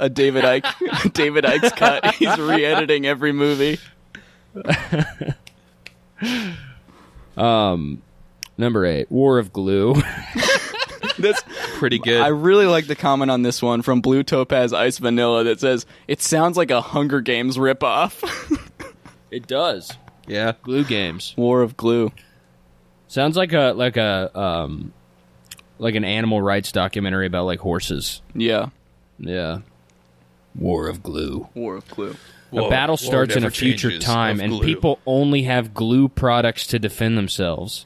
S3: a David Ike, [LAUGHS] David Ike's cut. He's re-editing every movie.
S5: [LAUGHS] Number eight, War of Glue.
S3: That's
S4: [LAUGHS] Pretty good.
S3: I really like the comment on this one from Blue Topaz Ice Vanilla that says, "It sounds like a Hunger Games ripoff." [LAUGHS]
S5: it does.
S4: yeah.
S5: Glue games
S3: War of Glue.
S5: sounds like a like a um like an animal rights documentary about like horses.
S3: Yeah,
S5: Yeah. War of Glue.
S3: War of Glue.
S4: Whoa,
S5: a battle
S4: war
S5: starts in a
S4: never
S5: future
S4: changes
S5: time,
S4: of
S5: and
S4: glue.
S5: people only have glue products to defend themselves.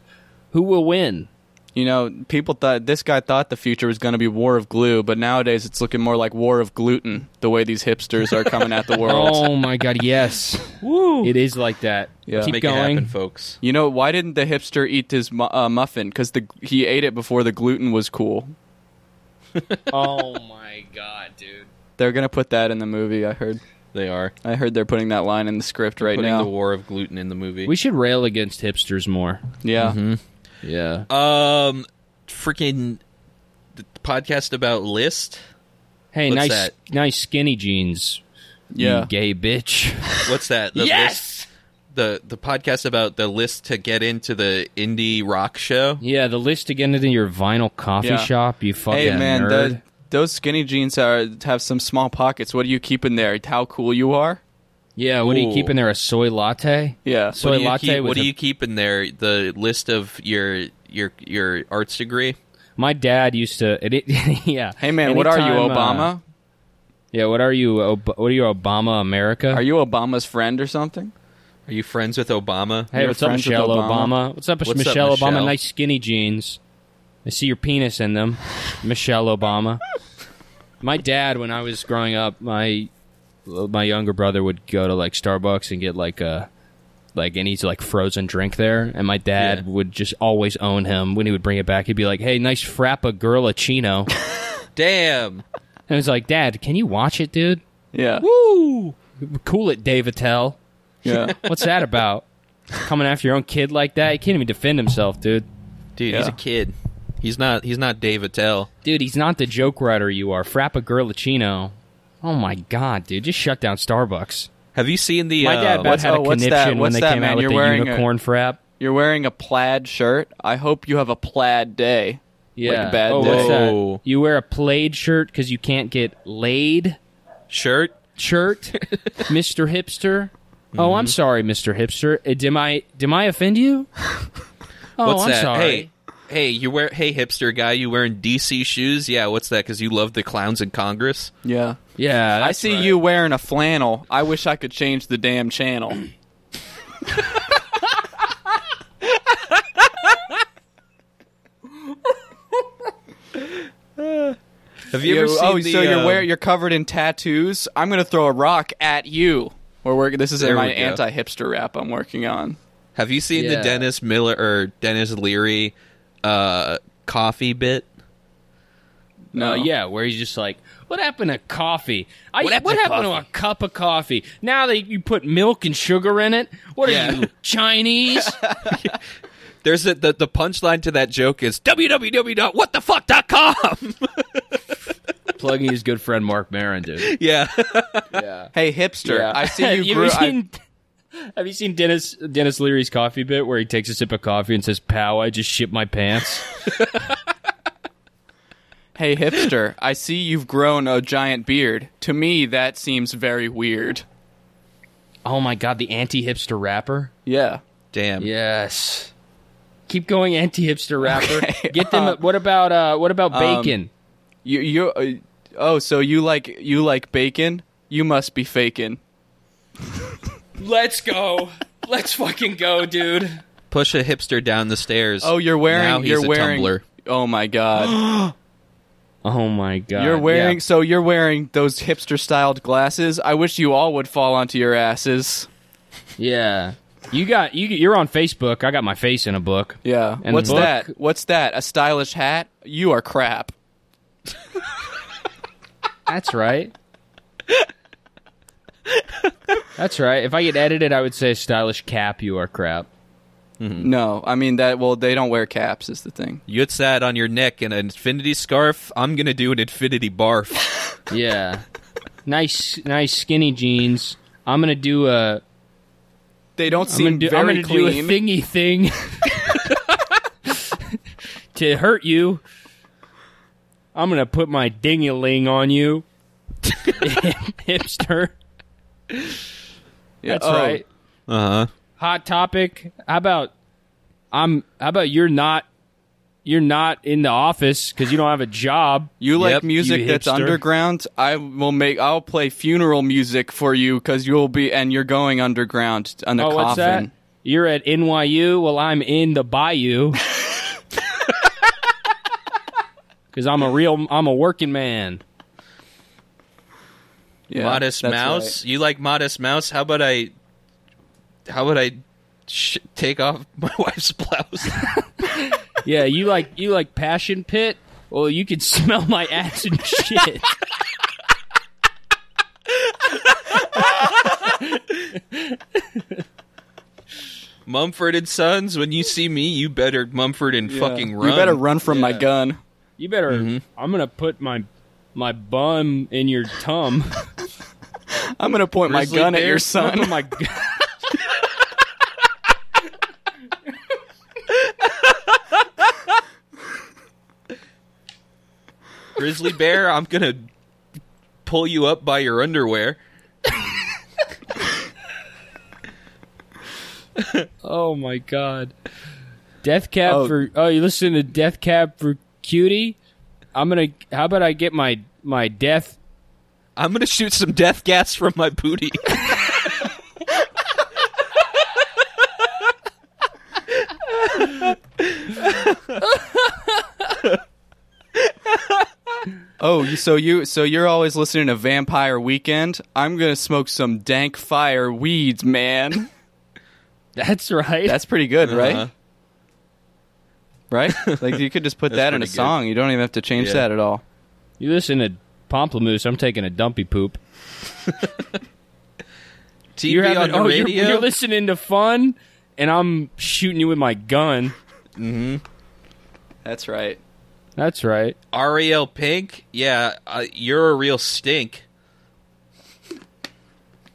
S5: Who will win?
S3: You know, people thought this guy thought the future was going to be War of Glue, but nowadays it's looking more like War of Gluten. The way these hipsters are coming at the
S5: [LAUGHS]
S3: world.
S4: [LAUGHS]
S5: Oh my god, yes.
S6: Woo.
S5: It is like that.
S3: Yeah.
S5: Keep
S4: Make it
S5: going.
S4: happen, folks.
S3: You know, why didn't the hipster eat his mu- uh, muffin? Because the he ate it before the gluten was cool.
S5: oh my god, dude.
S3: They're gonna put that in the movie. I heard.
S4: They are
S3: I heard they're putting that line in the script right
S4: putting
S3: now.
S4: the war of gluten in the movie.
S5: We should rail against hipsters more.
S3: yeah.
S5: mm-hmm. Yeah.
S4: um, freaking the podcast about list.
S5: Hey,
S4: What's
S5: nice
S4: that?
S5: nice skinny jeans. you
S3: Yeah.
S5: gay bitch. [LAUGHS]
S4: What's that? The yes. the the podcast about the list to get into the indie rock show.
S5: yeah, the list to get into your vinyl coffee
S3: Yeah.
S5: shop, you fucking
S3: Hey man,
S5: nerd.
S3: the, those skinny jeans are have some small pockets. What do you keep in there? How cool you are?
S5: yeah, what do you
S4: Ooh.
S5: keep in there? A soy latte?
S3: Yeah.
S5: Soy
S4: what do you
S5: latte
S4: keep,
S5: with
S4: what do
S5: a-
S4: you keep in there? The list of your your your arts degree.
S5: My dad used to [LAUGHS] it, it- yeah.
S3: Hey man, what are you,
S5: Anytime, uh,
S3: Obama?
S5: yeah, what are you Ob- what are you Obama America?
S3: are you Obama's friend or something?
S4: Are you friends with Obama?
S5: Hey,
S3: You're
S5: what's up,
S3: friends with
S5: Michelle
S3: Obama?
S5: Obama? What's up,
S4: What's up,
S5: Michelle Obama?
S4: Michelle?
S5: Nice skinny jeans. I see your penis in them, Michelle Obama. my dad, when I was growing up, my my younger brother would go to like Starbucks and get like a like any like frozen drink there, and my dad
S4: Yeah.
S5: would just always own him when he would bring it back. He'd be like, "Hey, nice frappa girlachino," and
S4: Damn.
S5: it's like, "Dad, can you watch it, dude?"
S3: Yeah.
S5: Woo! [LAUGHS] Cool it, Dave Attell.
S3: Yeah.
S5: What's that about? Coming after your own kid like that? He can't even defend himself, dude.
S4: Dude, he's
S3: Yeah.
S4: a kid. He's not. He's not Dave Attell.
S5: Dude, he's not the joke writer you are. Frappa Girlachino. Oh my god, dude. Just shut down Starbucks.
S4: Have you seen the?
S5: My
S4: uh,
S5: dad
S3: what's-
S5: had
S3: oh,
S5: a
S3: what's
S5: conniption
S3: that-
S5: when
S3: what's
S5: they
S3: that,
S5: came
S3: man?
S5: out with
S3: You're
S5: the
S3: wearing a-
S5: unicorn frap.
S3: You're wearing a plaid shirt. I hope you have a plaid day.
S5: Yeah.
S3: a bad
S5: oh, what's
S3: day.
S5: that?
S4: Whoa.
S5: You wear a plaid shirt because you can't get laid
S4: shirt.
S3: [LAUGHS]
S5: shirt, Mr. Hipster. Oh,
S3: Mm-hmm.
S5: I'm sorry, Mr. Hipster. Uh, did I did I offend you? Oh,
S4: what's
S5: I'm
S4: that?
S5: sorry.
S4: Hey, hey, you wear? Hey, hipster guy, you wearing DC shoes? Yeah, what's that? Because you love the clowns in Congress.
S3: Yeah.
S5: Yeah,
S3: I
S5: that's
S3: see
S5: right.
S3: you wearing a flannel. I wish I could change the damn channel.
S4: Have you, ever
S3: You-
S4: seen
S3: oh,
S4: the?
S3: so you're
S4: uh,
S3: wear, you're covered in tattoos. I'm gonna throw a rock at you. Or we're, this is
S4: There
S3: my
S4: we go.
S3: anti-hipster rap I'm working on.
S4: have you seen
S5: Yeah.
S4: the Dennis Miller or Dennis Leary uh, coffee bit?
S3: No,
S4: Oh,
S5: Uh, yeah, where he's just like, "What happened to coffee? I, what
S4: What
S5: happened,
S4: happened
S5: what
S4: to
S5: happened to, a cup of coffee? Now that you put milk and sugar in it, what
S4: Yeah.
S5: are you
S3: [LAUGHS]
S5: Chinese?
S4: There's a, the the punchline to that joke is www.whatthefuck.com.
S5: Plugging his good friend Mark Maron, [LAUGHS] dude.
S4: [LAUGHS] yeah. [LAUGHS]
S3: Hey, hipster! I see
S5: [LAUGHS]
S3: you. Grew,
S5: ever
S3: I-
S5: seen, have you seen Dennis Dennis Leary's coffee bit where he takes a sip of coffee and says, "Pow, I just shit my pants."
S3: [LAUGHS] hey, hipster! I see you've grown a giant beard. To me, that seems very weird.
S5: [LAUGHS] oh my god, the anti-hipster rapper.
S3: Yeah.
S4: Damn.
S5: Yes. Keep going, anti-hipster [LAUGHS] rapper. Get them. what about uh, what about bacon?
S3: You you uh, oh so you like you like bacon? You must be faking.
S5: Let's go. Let's fucking go, dude.
S4: Push a hipster down the stairs.
S3: Oh, you're wearing
S4: Now he's
S3: you're
S4: a
S3: wearing
S4: Tumblr.
S3: Oh my
S4: [GASPS]
S3: god.
S5: Oh my god.
S3: You're wearing
S5: Yeah.
S3: so you're wearing those hipster styled glasses. I wish you all would fall onto your asses.
S5: Yeah. You got you you're on Facebook. I got my face in a book.
S3: Yeah.
S5: And
S3: What's
S5: the book-
S3: that? What's that? A stylish hat? You are crap.
S5: That's [LAUGHS] right. That's right. If I get edited, I would say stylish cap you are crap. Mm.
S3: No, I mean that well they don't wear caps is the thing.
S4: You get that on your neck and an infinity scarf. I'm gonna do an infinity barf. [LAUGHS]
S5: Yeah. nice nice skinny jeans. I'm going to do a
S3: They don't
S5: I'm gonna
S3: seem
S5: do, I'm
S3: very
S5: gonna do a
S3: clean.
S5: thingy thing [LAUGHS] to hurt you. I'm gonna put my dingaling on you, [LAUGHS] hipster.
S3: Yeah,
S5: That's
S3: oh,
S5: right.
S4: Uh huh.
S5: Hot topic. How about I'm? How about you're not? You're not in the office because you don't have a job.
S3: You like
S4: Yep, you
S3: music that's
S5: hipster.
S3: underground? I will make. I'll play funeral music for you because you'll be and you're going underground on a
S5: oh,
S3: coffin.
S5: what's that? You're at NYU. Well, I'm in
S3: [LAUGHS]
S5: the bayou because I'm a real. I'm a working man.
S3: Yeah,
S4: Modest
S3: that's
S4: Mouse. You like Modest Mouse? How about I? How about I sh- take off [LAUGHS] my wife's blouse? [LAUGHS]
S5: Yeah, you like you like passion pit. Well, you can [LAUGHS] smell my ass and shit.
S4: Mumford and Sons. When you see me, you better Mumford and
S3: right.
S4: fucking
S3: Yeah.
S4: run.
S3: You better run from my gun.
S5: You better.
S3: Mm-hmm.
S5: I'm gonna put my my bum in your tum. [LAUGHS]
S3: I'm gonna point
S4: Grizzly
S3: my gun at your
S5: I'm
S4: bear?
S5: gonna [LAUGHS]
S3: son.
S5: put my g-
S4: Grizzly Bear. I'm gonna pull you up by your underwear.
S5: oh my god. Death cab
S3: Oh.
S5: for. Oh, you listen to death cab for cutie. I'm gonna. How about I get my my death [LAUGHS]
S4: I'm gonna shoot some death gas from
S3: [LAUGHS]
S4: my booty.
S3: oh, you- so you so you're always listening to Vampire Weekend? I'm gonna smoke some dank fire weeds, man.
S5: That's right.
S3: That's pretty good,
S4: Uh-huh.
S3: right? Right?
S4: [LAUGHS]
S3: Like you could just put that in a
S4: pretty good.
S3: song. You don't even have to change
S4: Yeah.
S3: that at all.
S5: you listen to Pomplamoose. I'm taking a dumpy poop.
S4: TV
S5: you're having,
S4: on
S5: oh,
S4: the
S5: you're- [LAUGHS]
S4: radio.
S5: You're, listening to fun, and I'm shooting you with my gun.
S3: That's right.
S5: That's right.
S4: Ariel Pink, yeah, uh, you're a real stink.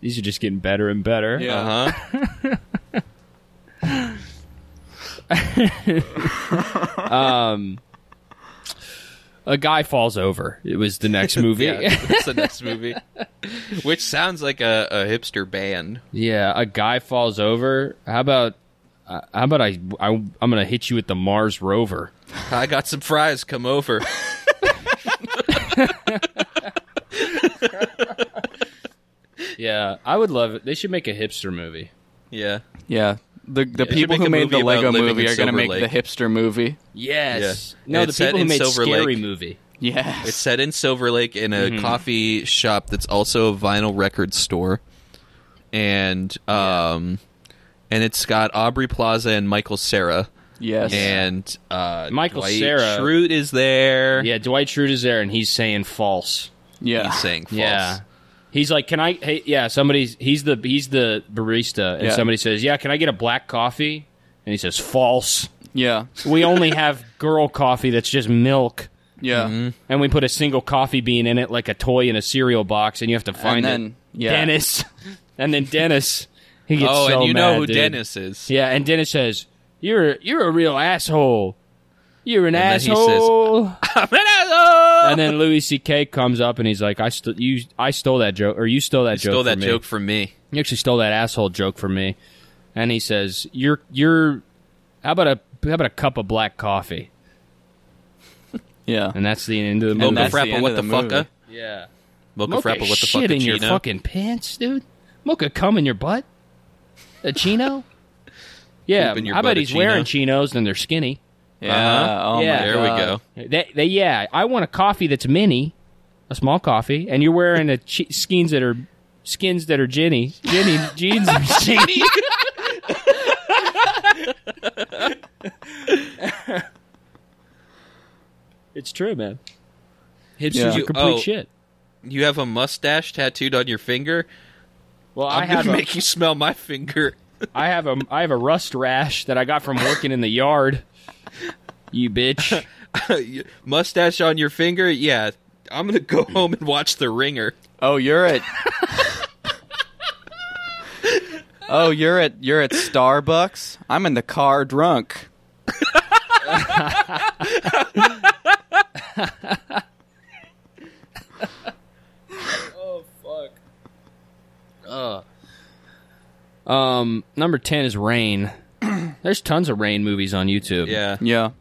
S5: These are just getting better and better.
S3: Yeah. [LAUGHS]
S4: Uh huh.
S5: A guy falls over. It was the [LAUGHS] next movie.
S4: Yeah,
S5: yeah.
S4: that's the next movie, which sounds like a, a hipster band.
S5: a guy falls over. How about uh, how about I, I I'm gonna hit you with the Mars rover.
S4: I got some fries. Come over.
S5: Yeah, I would love it. They should make a hipster movie.
S4: Yeah.
S3: Yeah. The the
S4: should
S3: people
S4: make
S3: who
S4: a
S3: made the
S4: movie about
S3: Lego
S4: living
S3: movie
S4: in
S3: are going to
S4: Silver
S3: make
S4: Lake.
S3: the hipster [LAUGHS] movie.
S5: Yes.
S4: Yeah.
S5: No,
S4: And
S5: the
S4: it's set
S5: people who
S4: in
S5: made
S4: Silver
S5: Scary
S4: Lake.
S5: Movie.
S3: Yes.
S4: It's set in Silver Lake in
S5: Mm-hmm.
S4: a coffee shop that's also a vinyl record store, and um, and it's got Aubrey Plaza and Michael Sarah,
S3: yes.
S4: and uh,
S5: Michael
S4: Dwight
S5: Cera-
S4: Schrute is there.
S5: Yeah, Dwight Schrute is there, and he's saying false.
S3: yeah.
S4: he's saying false.
S5: Yeah. He's like, can I? Hey, yeah. Somebody's he's the he's the barista, and
S3: Yeah.
S5: somebody says, yeah, can I get a black coffee? And he says, false.
S3: Yeah.
S5: We only
S4: [LAUGHS]
S5: have girl coffee that's just milk,
S3: Yeah.
S4: Mm-hmm.
S5: and we put a single coffee bean in it like a toy in a cereal box, and you have to find
S3: then-
S5: it.
S3: yeah.
S5: Dennis, [LAUGHS] and then Dennis. He gets
S4: Oh,
S5: so
S4: and you
S5: mad,
S4: know who
S5: dude.
S4: Dennis is.
S5: Yeah, and Dennis says, "You're you're a real asshole. You're an
S4: And then he says,
S5: asshole."
S4: [LAUGHS] I'm an asshole!
S5: and then Louis C.K. comes up and he's like, "I st- you I stole that joke, or you stole that joke.
S4: Stole that
S5: from me.
S4: joke from me.
S5: You actually stole that asshole joke from me." And he says, "You're you're how about a how about a cup of black coffee?"
S3: Yeah.
S4: Uh-huh.
S5: And that's the end of the
S4: Mocha
S5: movie.
S3: that's the
S4: frappa,
S3: end
S4: what
S3: of
S4: the
S3: the
S4: fucka?
S3: movie.
S5: yeah,
S4: Mocha
S5: mocha
S4: frappa, what the
S5: shit in your
S4: fucka?
S5: fucking pants, dude. Mocha cum in your butt. A
S4: [LAUGHS]
S5: chino. Yeah,
S4: Poop in your
S5: I
S4: butt,
S5: bet
S4: a
S5: he's
S4: chino.
S5: wearing chinos and they're skinny.
S3: yeah. Oh
S5: uh-huh. Yeah.
S3: my
S4: There we
S3: God.
S4: go.
S5: They, they, yeah, I want a coffee that's mini, a small coffee, and you're wearing a che- skins that are skins that are Jenny, Jenny [LAUGHS] jeans are [LAUGHS] Jenny. it's true, man. Hipsters
S3: Yeah.
S5: are
S3: You-
S5: complete
S4: oh.
S5: shit.
S4: You have a mustache tattooed on your finger.
S5: Well, I
S4: I'm going
S5: have
S4: to
S5: a,
S4: make you smell my finger.
S5: I have a I have a rust rash that I got from working in the yard. You bitch.
S4: mustache on your finger? Yeah. I'm going
S3: [LAUGHS]
S4: to go home and watch The Ringer.
S3: Oh, you're
S4: [LAUGHS]
S3: at. oh, you're at you're at Starbucks. I'm in the car drunk.
S5: Um, [LAUGHS] number ten is Rain. [CLEARS THROAT] There's tons of Rain movies on YouTube.
S4: Yeah.
S3: Yeah.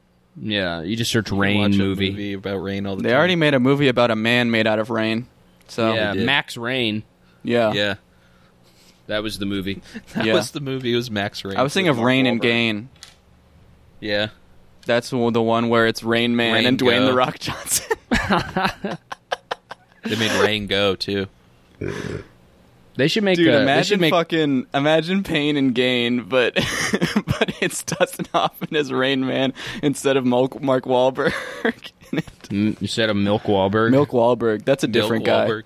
S5: Yeah, you just search
S4: Watch
S5: rain
S4: a
S5: movie.
S4: movie about rain all the
S3: They
S4: time.
S3: already made a movie about a man made out of rain. So
S5: Yeah,
S4: did.
S5: Max Rain.
S3: yeah.
S4: Yeah.
S5: That was the movie.
S4: [LAUGHS] That
S3: Yeah.
S4: was the movie. It was Max Rain.
S3: I was thinking of
S4: Mark
S3: Rain and
S4: Wahlberg.
S3: Gain.
S4: Yeah.
S3: That's the the one where it's Rain Man
S4: Rain
S3: and Dwayne
S4: Go.
S3: the Rock Johnson.
S4: They made Rain go,
S3: [LAUGHS]
S4: too.
S5: They should make.
S3: [LAUGHS] Dude,
S5: uh, they
S3: imagine
S5: should make.
S3: fucking imagine Pain and Gain, but [LAUGHS] but it's Dustin Hoffman as Rain Man instead of Mark, Mark Wahlberg. in it.
S5: m- instead of Milk Wahlberg.
S3: Milk Wahlberg. That's a different
S4: Bill
S3: guy.
S4: Wahlberg.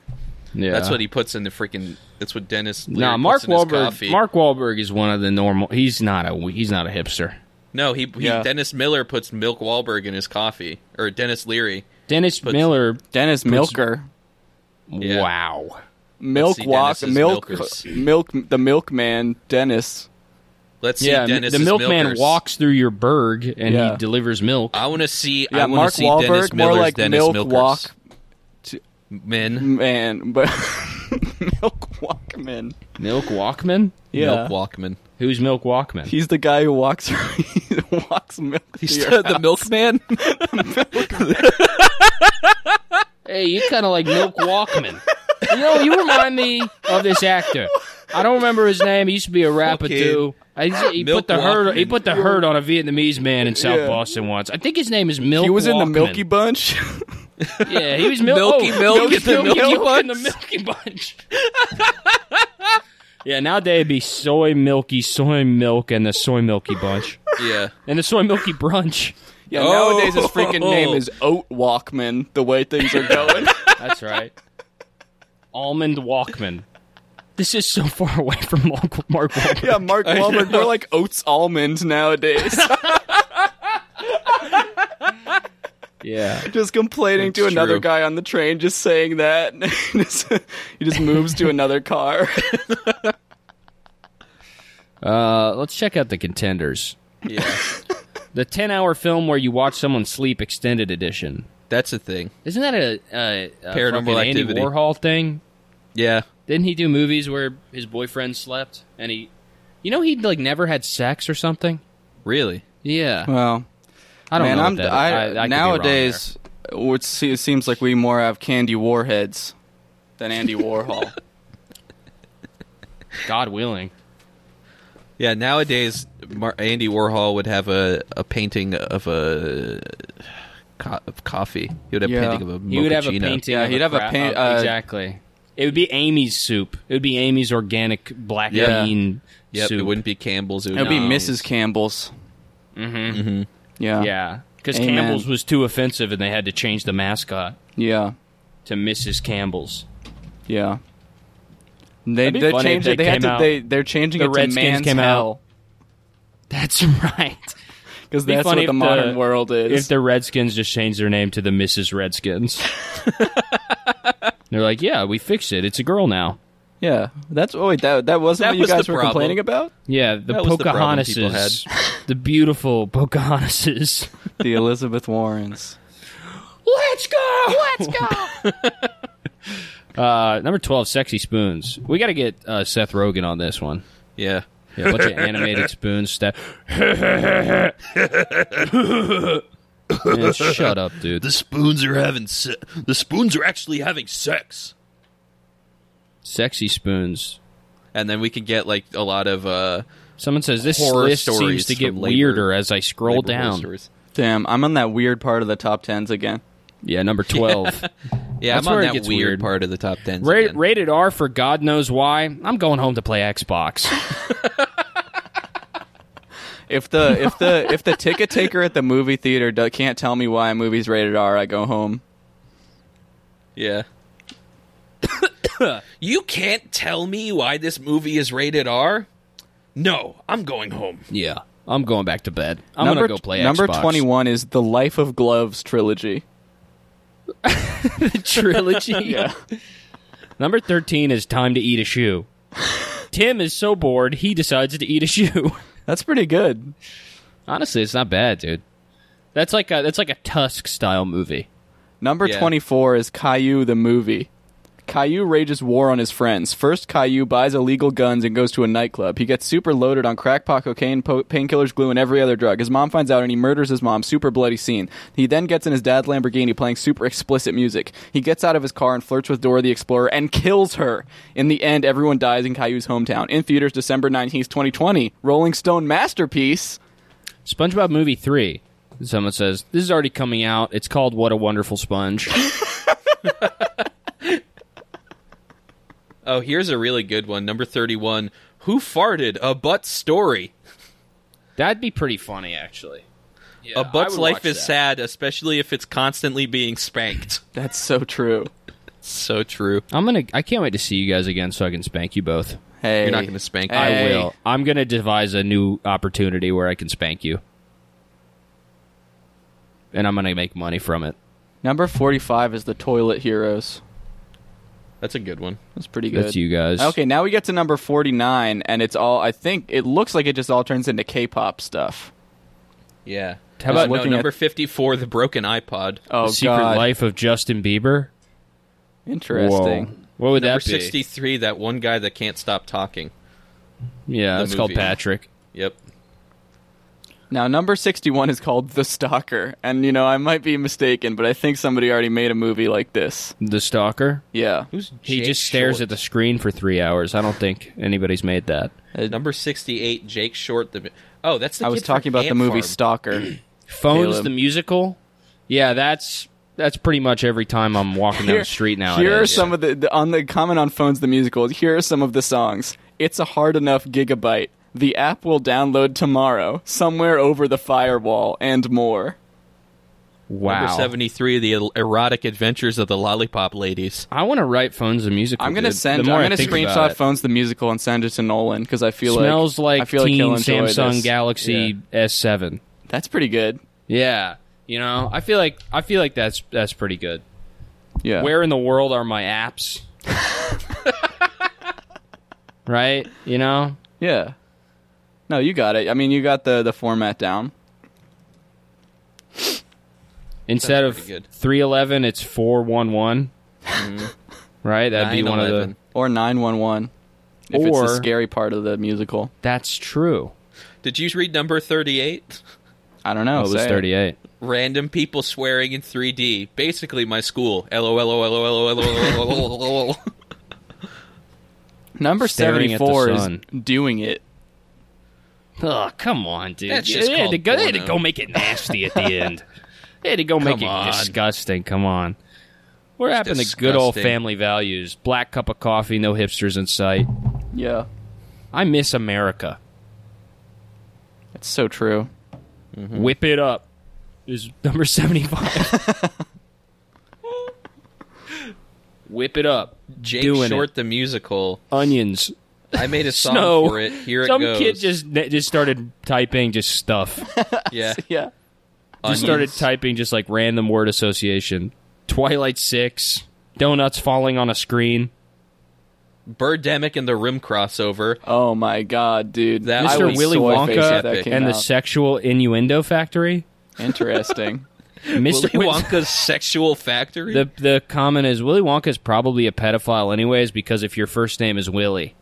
S5: Yeah.
S4: That's what he puts in the freaking. That's what Dennis. Leary
S5: Nah, Mark
S4: puts in his
S5: Wahlberg.
S4: coffee.
S5: Mark Wahlberg is one of the normal. He's not a. He's not a hipster.
S4: No, he, he
S3: Yeah.
S4: Dennis Miller puts Milk Wahlberg in his coffee, or Dennis Leary.
S5: Dennis Miller.
S3: Dennis Milker.
S4: Yeah.
S5: Wow.
S3: Milk
S4: see
S3: walk
S4: Dennis's
S3: milk
S4: milkers.
S3: milk the milkman Dennis.
S4: Let's see
S5: Yeah, m-
S4: Dennis.
S5: the milkman
S4: milkers.
S5: walks through your burg and
S3: Yeah.
S5: he delivers milk.
S4: I want to see. I
S3: Yeah,
S4: want
S3: Mark
S4: to see Dennis
S3: Wahlberg, more
S4: Miller's
S3: like
S4: Dennis
S3: milk
S4: milkers.
S3: walk
S4: men.
S3: man, but [LAUGHS] milk walkman.
S5: Milk Walkman.
S3: Yeah,
S4: Milk [LAUGHS] Walkman.
S5: Who's Milk Walkman?
S3: he's the guy who walks [LAUGHS] he walks milk.
S4: He's
S3: to your
S4: the,
S3: house.
S4: milkman. [LAUGHS]
S5: Hey, you kind of like Milk Walkman. you know, you remind me of this actor. I don't remember his name. He used to be a rapper
S4: Fucking
S5: too. I, he
S4: Milk
S5: put the herd. He
S4: Walkman.
S5: put the herd on a Vietnamese man in South
S3: Yeah.
S5: Boston once. I think his name is Milk.
S3: He was in the
S5: Walkman.
S3: Milky Bunch. [LAUGHS]
S5: Yeah, he was Mil-
S4: Milky
S5: oh,
S4: Milk
S5: Milky
S4: at the
S5: Milky
S4: Milky
S5: Milk in the
S4: Bunch.
S5: Milky Bunch. yeah, nowadays it'd be soy milky, soy milk, and the soy milky bunch,
S4: yeah.
S5: and the soy milky brunch.
S3: Yeah,
S4: Oh.
S3: nowadays his freaking name is Oat Walkman. The way things are going.
S5: That's right. Almond Walkman. This is so far away from Mark, Mark
S3: [LAUGHS]
S5: Wahlberg.
S3: Yeah, [LAUGHS] Mark Wahlberg. We're like oats almonds [LAUGHS] nowadays.
S5: yeah.
S3: [LAUGHS] just complaining to
S4: It's
S3: another
S4: true.
S3: guy on the train, just saying that. [LAUGHS] Just- he just moves to another car.
S5: [LAUGHS] Uh, let's check out the contenders.
S4: Yeah,
S5: The 10 hour film where you watch someone sleep extended edition.
S4: that's a thing.
S5: Isn't that a, a, a
S4: Paranormal
S5: fucking Andy
S4: Activity.
S5: Warhol thing?
S4: Yeah,
S5: Didn't he do movies where his boyfriend slept and he, you know, he'd like never had sex or something?
S4: really.
S5: Yeah,
S3: [LAUGHS] Well,
S5: I don't
S3: man,
S5: know. what
S3: I'm,
S5: that-
S3: I-
S5: I- I could be wrong
S3: nowadays, it se- it seems like we more have candy warheads than Andy Warhol.
S5: there. God willing.
S4: Yeah, nowadays Mar- Andy Warhol would have a, a painting of a co- of coffee. He would have
S3: Yeah.
S4: a painting of a
S5: He would have a
S4: mochaccino.
S5: painting.
S3: Yeah,
S5: of
S3: he'd have a
S5: cra-
S3: paint-
S5: of-
S3: uh,
S5: exactly. It would be Amy's soup. It would be Amy's organic black
S3: Yeah.
S5: bean
S4: Yep,
S5: soup.
S4: it wouldn't be Campbell's. It would
S3: It'd be
S5: No.
S3: Mrs. Campbell's.
S5: Mhm.
S3: Yeah.
S5: Yeah, because
S3: Amen.
S5: Campbell's was too offensive, and they had to change the mascot
S3: Yeah.
S5: to Mrs. Campbell's.
S3: [LAUGHS] Yeah. They
S5: That'd be
S3: they
S5: funny if
S3: changed it.
S5: they
S3: They had
S5: came
S3: to.
S5: out-
S3: They they're changing
S5: the
S3: it to
S5: Redskins
S3: man's
S5: came out.
S3: hell
S5: That's right.
S3: because
S5: be
S3: that's what
S5: funny
S3: the
S5: if
S3: modern
S5: the-
S3: world
S5: if
S3: is.
S5: the Redskins just changed their name to the Mrs.
S3: [LAUGHS]
S5: Redskins, they're like, yeah, we fixed it. It's a girl now.
S3: Yeah, that's oh wait that that wasn't
S4: That
S3: what you
S4: was
S3: guys
S4: the
S3: were
S4: problem.
S3: complaining about.
S5: Yeah, the
S4: That was the problem
S5: Pocahontases,
S4: people
S5: [LAUGHS] the, beautiful Pocahontases.
S3: The Elizabeth Warrens.
S5: Let's go! Let's go! uh, number twelve, sexy spoons. We got to get uh, Seth Rogen on this one.
S4: Yeah,
S5: Yeah, a bunch of animated spoons. Sta- Man, shut up, dude.
S4: spoons are having se- the spoons are actually having sex.
S5: Sexy spoons.
S4: And then we could get like a lot of uh,
S5: Someone says this
S4: Horror
S5: list
S4: stories
S5: seems to get
S4: from labor-
S5: weirder as I scroll
S4: labor
S5: down.
S4: stories.
S3: Damn, I'm on that weird part of the top tens again.
S5: Yeah, number twelve.
S4: Yeah,
S5: That's
S4: I'm on
S5: where it
S4: that weird,
S5: gets weird.
S4: part of the top ten.
S5: Ra- rated R for God knows why. I'm going home to play Xbox.
S3: If the if
S5: [LAUGHS]
S3: the if the ticket taker at the movie theater do, can't tell me why a movie's rated R, I go home.
S4: yeah. [COUGHS] you can't tell me why this movie is rated R. No, I'm going home.
S5: yeah, I'm going back to bed. I'm
S3: number
S5: gonna go play
S3: number
S5: Xbox.
S3: twenty one is the Life of Gloves trilogy.
S5: the [LAUGHS] trilogy.
S3: Yeah.
S5: Number thirteen is time to eat a shoe. Tim is so bored he decides to eat a shoe.
S3: That's pretty good.
S5: Honestly, it's not bad, dude. That's like a that's like a Tusk style movie.
S3: Number
S4: Yeah.
S3: 24 is Caillou the movie. Caillou rages war on his friends. First, Caillou buys illegal guns and goes to a nightclub. He gets super loaded on crack, pot, cocaine, po- painkillers, glue, and every other drug. His mom finds out and he murders his mom. Super bloody scene. He then gets in his dad's Lamborghini playing super explicit music. He gets out of his car and flirts with Dora the Explorer and kills her. In the end, everyone dies in Caillou's hometown. In theaters, December 19th, 2020. Rolling Stone masterpiece.
S5: SpongeBob movie three. Someone says this is already coming out. It's called What a Wonderful Sponge.
S4: Oh, here's a really good one. Number 31. Who farted? A butt story.
S5: That'd be pretty funny, actually. Yeah,
S4: a butt's
S5: I would
S4: life
S5: watch
S4: is
S5: that.
S4: sad, especially if it's constantly being spanked. [LAUGHS]
S3: That's so true.
S4: so true.
S5: I'm gonna. I can't wait to see you guys again, so I can spank you both.
S3: Hey.
S4: You're not going to spank
S3: Hey.
S5: I will. I'm gonna devise a new opportunity where I can spank you, and I'm gonna make money from it.
S3: Number 45 is The Toilet Heroes.
S4: That's a good one.
S3: That's pretty good.
S5: That's you guys.
S3: Okay, now we get to number 49, and it's all, I think, it looks like it just all turns into K pop stuff.
S4: Yeah.
S5: How
S4: Uh,
S5: about
S4: no,
S3: looking at-
S4: number 54, The Broken iPod.
S3: Oh,
S5: The Secret
S3: God.
S5: Life of Justin Bieber?
S3: Interesting.
S5: What would
S4: number
S5: that be?
S4: 63, that one guy that can't stop talking.
S5: yeah,
S4: the
S5: it's called
S4: movie.
S5: Patrick.
S4: Yep.
S3: Now, number 61 is called The Stalker, and, you know, I might be mistaken, but I think somebody already made a movie like this.
S5: The Stalker.
S3: Yeah.
S4: Who's
S5: He just stares at the screen for three hours. I don't think anybody's made that.
S4: Uh, Number 68, Jake Short. The... Oh, that's the
S3: I
S4: kid
S3: was
S4: from
S3: talking about the
S4: Ant
S3: movie
S5: [CLEARS THROAT]
S4: Farm.
S3: Stalker.
S5: Phones
S3: Caleb.
S5: the musical. Yeah, that's that's pretty much every time I'm walking down the street now.
S3: Here are some of the, the on the comment on phones the musical. Here are some of the songs. It's a hard enough gigabyte. The app will download tomorrow, somewhere over the firewall, and more.
S5: Wow.
S4: Number 73, The Erotic Adventures of the Lollipop Ladies.
S5: I want to write phones a musical.
S3: I'm gonna
S5: dude.
S3: send.
S5: The
S3: I'm
S5: more I
S3: gonna
S5: think about
S3: screenshot
S5: it.
S3: phones the musical and send it to Nolan because I feel
S5: Smells like,
S3: like I feel like
S5: teen
S3: he'll enjoy
S5: Samsung
S3: this.
S5: Galaxy S7.
S3: That's pretty good.
S5: Yeah, you know, I feel like I feel like that's that's pretty good.
S3: Yeah.
S5: Where in the world are my
S3: [LAUGHS]
S5: apps? right, you know.
S3: Yeah. No, you got it. I mean, you got the the format down.
S5: Instead
S4: That's
S5: of
S4: pretty good.
S5: three eleven, it's four one one.
S4: Mm-hmm.
S5: Right, that'd be one of the.
S4: 911.
S3: Or 911 if it's
S5: Or-
S3: the scary part of the musical.
S5: That's true.
S4: Did you read number 38?
S3: I don't know.
S5: Oh, it was
S3: say
S5: thirty eight.
S4: Random people swearing in 3D. Basically, my school. LOLOLOLOLOLOLOLOLOLOL.
S5: [LAUGHS]
S3: Number
S5: Staring at the
S3: 74 is
S5: sun.
S3: doing it.
S5: Oh come on, dude!
S4: That's
S5: Yeah,
S4: just
S5: they, had to
S4: called
S5: go, they had to
S4: porno.
S5: go make it nasty at the
S4: [LAUGHS]
S5: end. They had to go make
S4: Come
S5: it
S4: on.
S5: disgusting. Come on. What happened to good
S4: disgusting.
S5: old family values? Black cup of coffee, no hipsters in sight.
S3: Yeah.
S5: I miss America.
S3: That's so true.
S4: Mm-hmm.
S5: Whip it up is number seventy five.
S4: [LAUGHS]
S5: Whip it up.
S4: Jake
S5: Doing
S4: Short
S5: it.
S4: the Musical.
S5: Onions.
S4: I made a song
S5: Snow.
S4: for it. Here it
S5: Some
S4: goes.
S5: kid just just started typing just
S4: [LAUGHS]
S5: stuff.
S4: yeah,
S3: Yeah.
S5: [LAUGHS] Just started typing just like random word association. Twilight Six, donuts falling on a screen.
S4: Birdemic and the Rim
S5: [LAUGHS]
S4: crossover.
S3: Oh my god, dude.
S4: That
S3: I
S5: Mr.
S3: was
S5: Willy
S3: soy faced
S5: Wonka
S3: if that came
S5: and the
S3: out.
S5: sexual innuendo factory. [LAUGHS]
S3: Interesting.
S5: Mr.
S4: [LAUGHS] Willy Wonka's Sexual Factory.
S5: The the comment is Willy Wonka is probably a pedophile anyways because if your first name is Willy.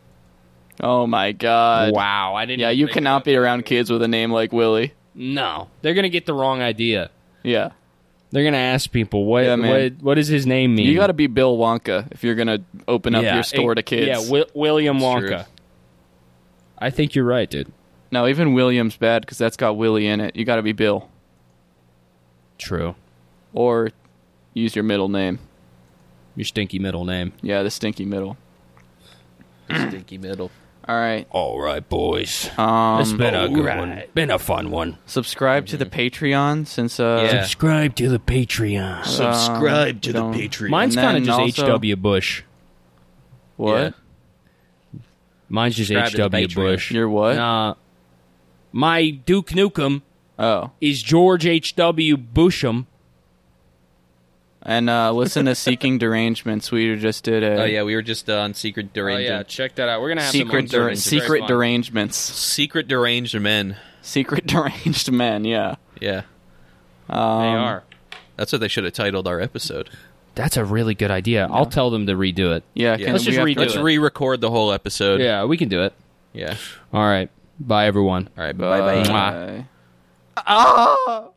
S3: Oh my
S4: Uh,
S3: god.
S5: wow, I didn't.
S3: Yeah,
S5: even
S3: you
S5: think
S3: cannot
S5: about-
S3: be around kids with a name like Willy.
S5: No, they're gonna get the wrong idea.
S3: Yeah.
S5: They're gonna ask people what
S3: Yeah, man.
S5: what what does his name mean.
S3: You got to be Bill Wonka if you're going to open up
S5: Yeah,
S3: your store
S5: eh,
S3: to kids.
S5: Yeah, Wi- William
S4: That's
S5: Wonka.
S4: true.
S5: I think you're right, dude.
S3: no, even William's bad because that's got Willy in it. You got to be Bill.
S5: True.
S3: Or use your middle name.
S5: Your stinky middle name.
S3: Yeah, the stinky middle.
S4: Stinky middle.
S3: All right.
S5: All right, boys.
S3: Um,
S5: It's been a good one. Been a fun one.
S3: subscribe to the Patreon since
S5: Oh,
S3: uh,
S4: Yeah.
S5: Subscribe to the Patreon.
S3: subscribe to the Patreon.
S5: Mine's kind of just
S3: also,
S5: H.W. Bush.
S3: What?
S4: Yeah.
S5: Mine's just
S4: Subscribe to the
S5: H.W.
S4: Patreon.
S5: Bush.
S3: Your what?
S5: Nah. my Duke Nukem
S3: Oh,
S5: is George H.W. Busham.
S3: and uh, listen to Seeking Derangements. We just did a
S4: Oh yeah, we were just uh, on Secret
S5: Oh,
S4: Deranged.
S5: check that out. We're going to
S3: secret der- secret derangements. [LAUGHS]
S4: Secret Deranged Men.
S3: Secret deranged men. Yeah.
S4: Yeah,
S5: They are.
S4: that's what they should have titled our episode.
S5: That's a really good idea. I'll tell them to redo it.
S3: Yeah.
S4: Yeah.
S3: can
S5: Let's
S3: we
S5: just
S3: have
S5: redo
S3: to-
S4: Let's
S5: it.
S4: re-record the whole episode.
S5: Yeah, we can do it.
S4: Yeah.
S5: All right. Bye, everyone.
S3: Uh,
S4: All right. Bye bye.
S3: Bye.
S5: Mwah.
S3: Ah!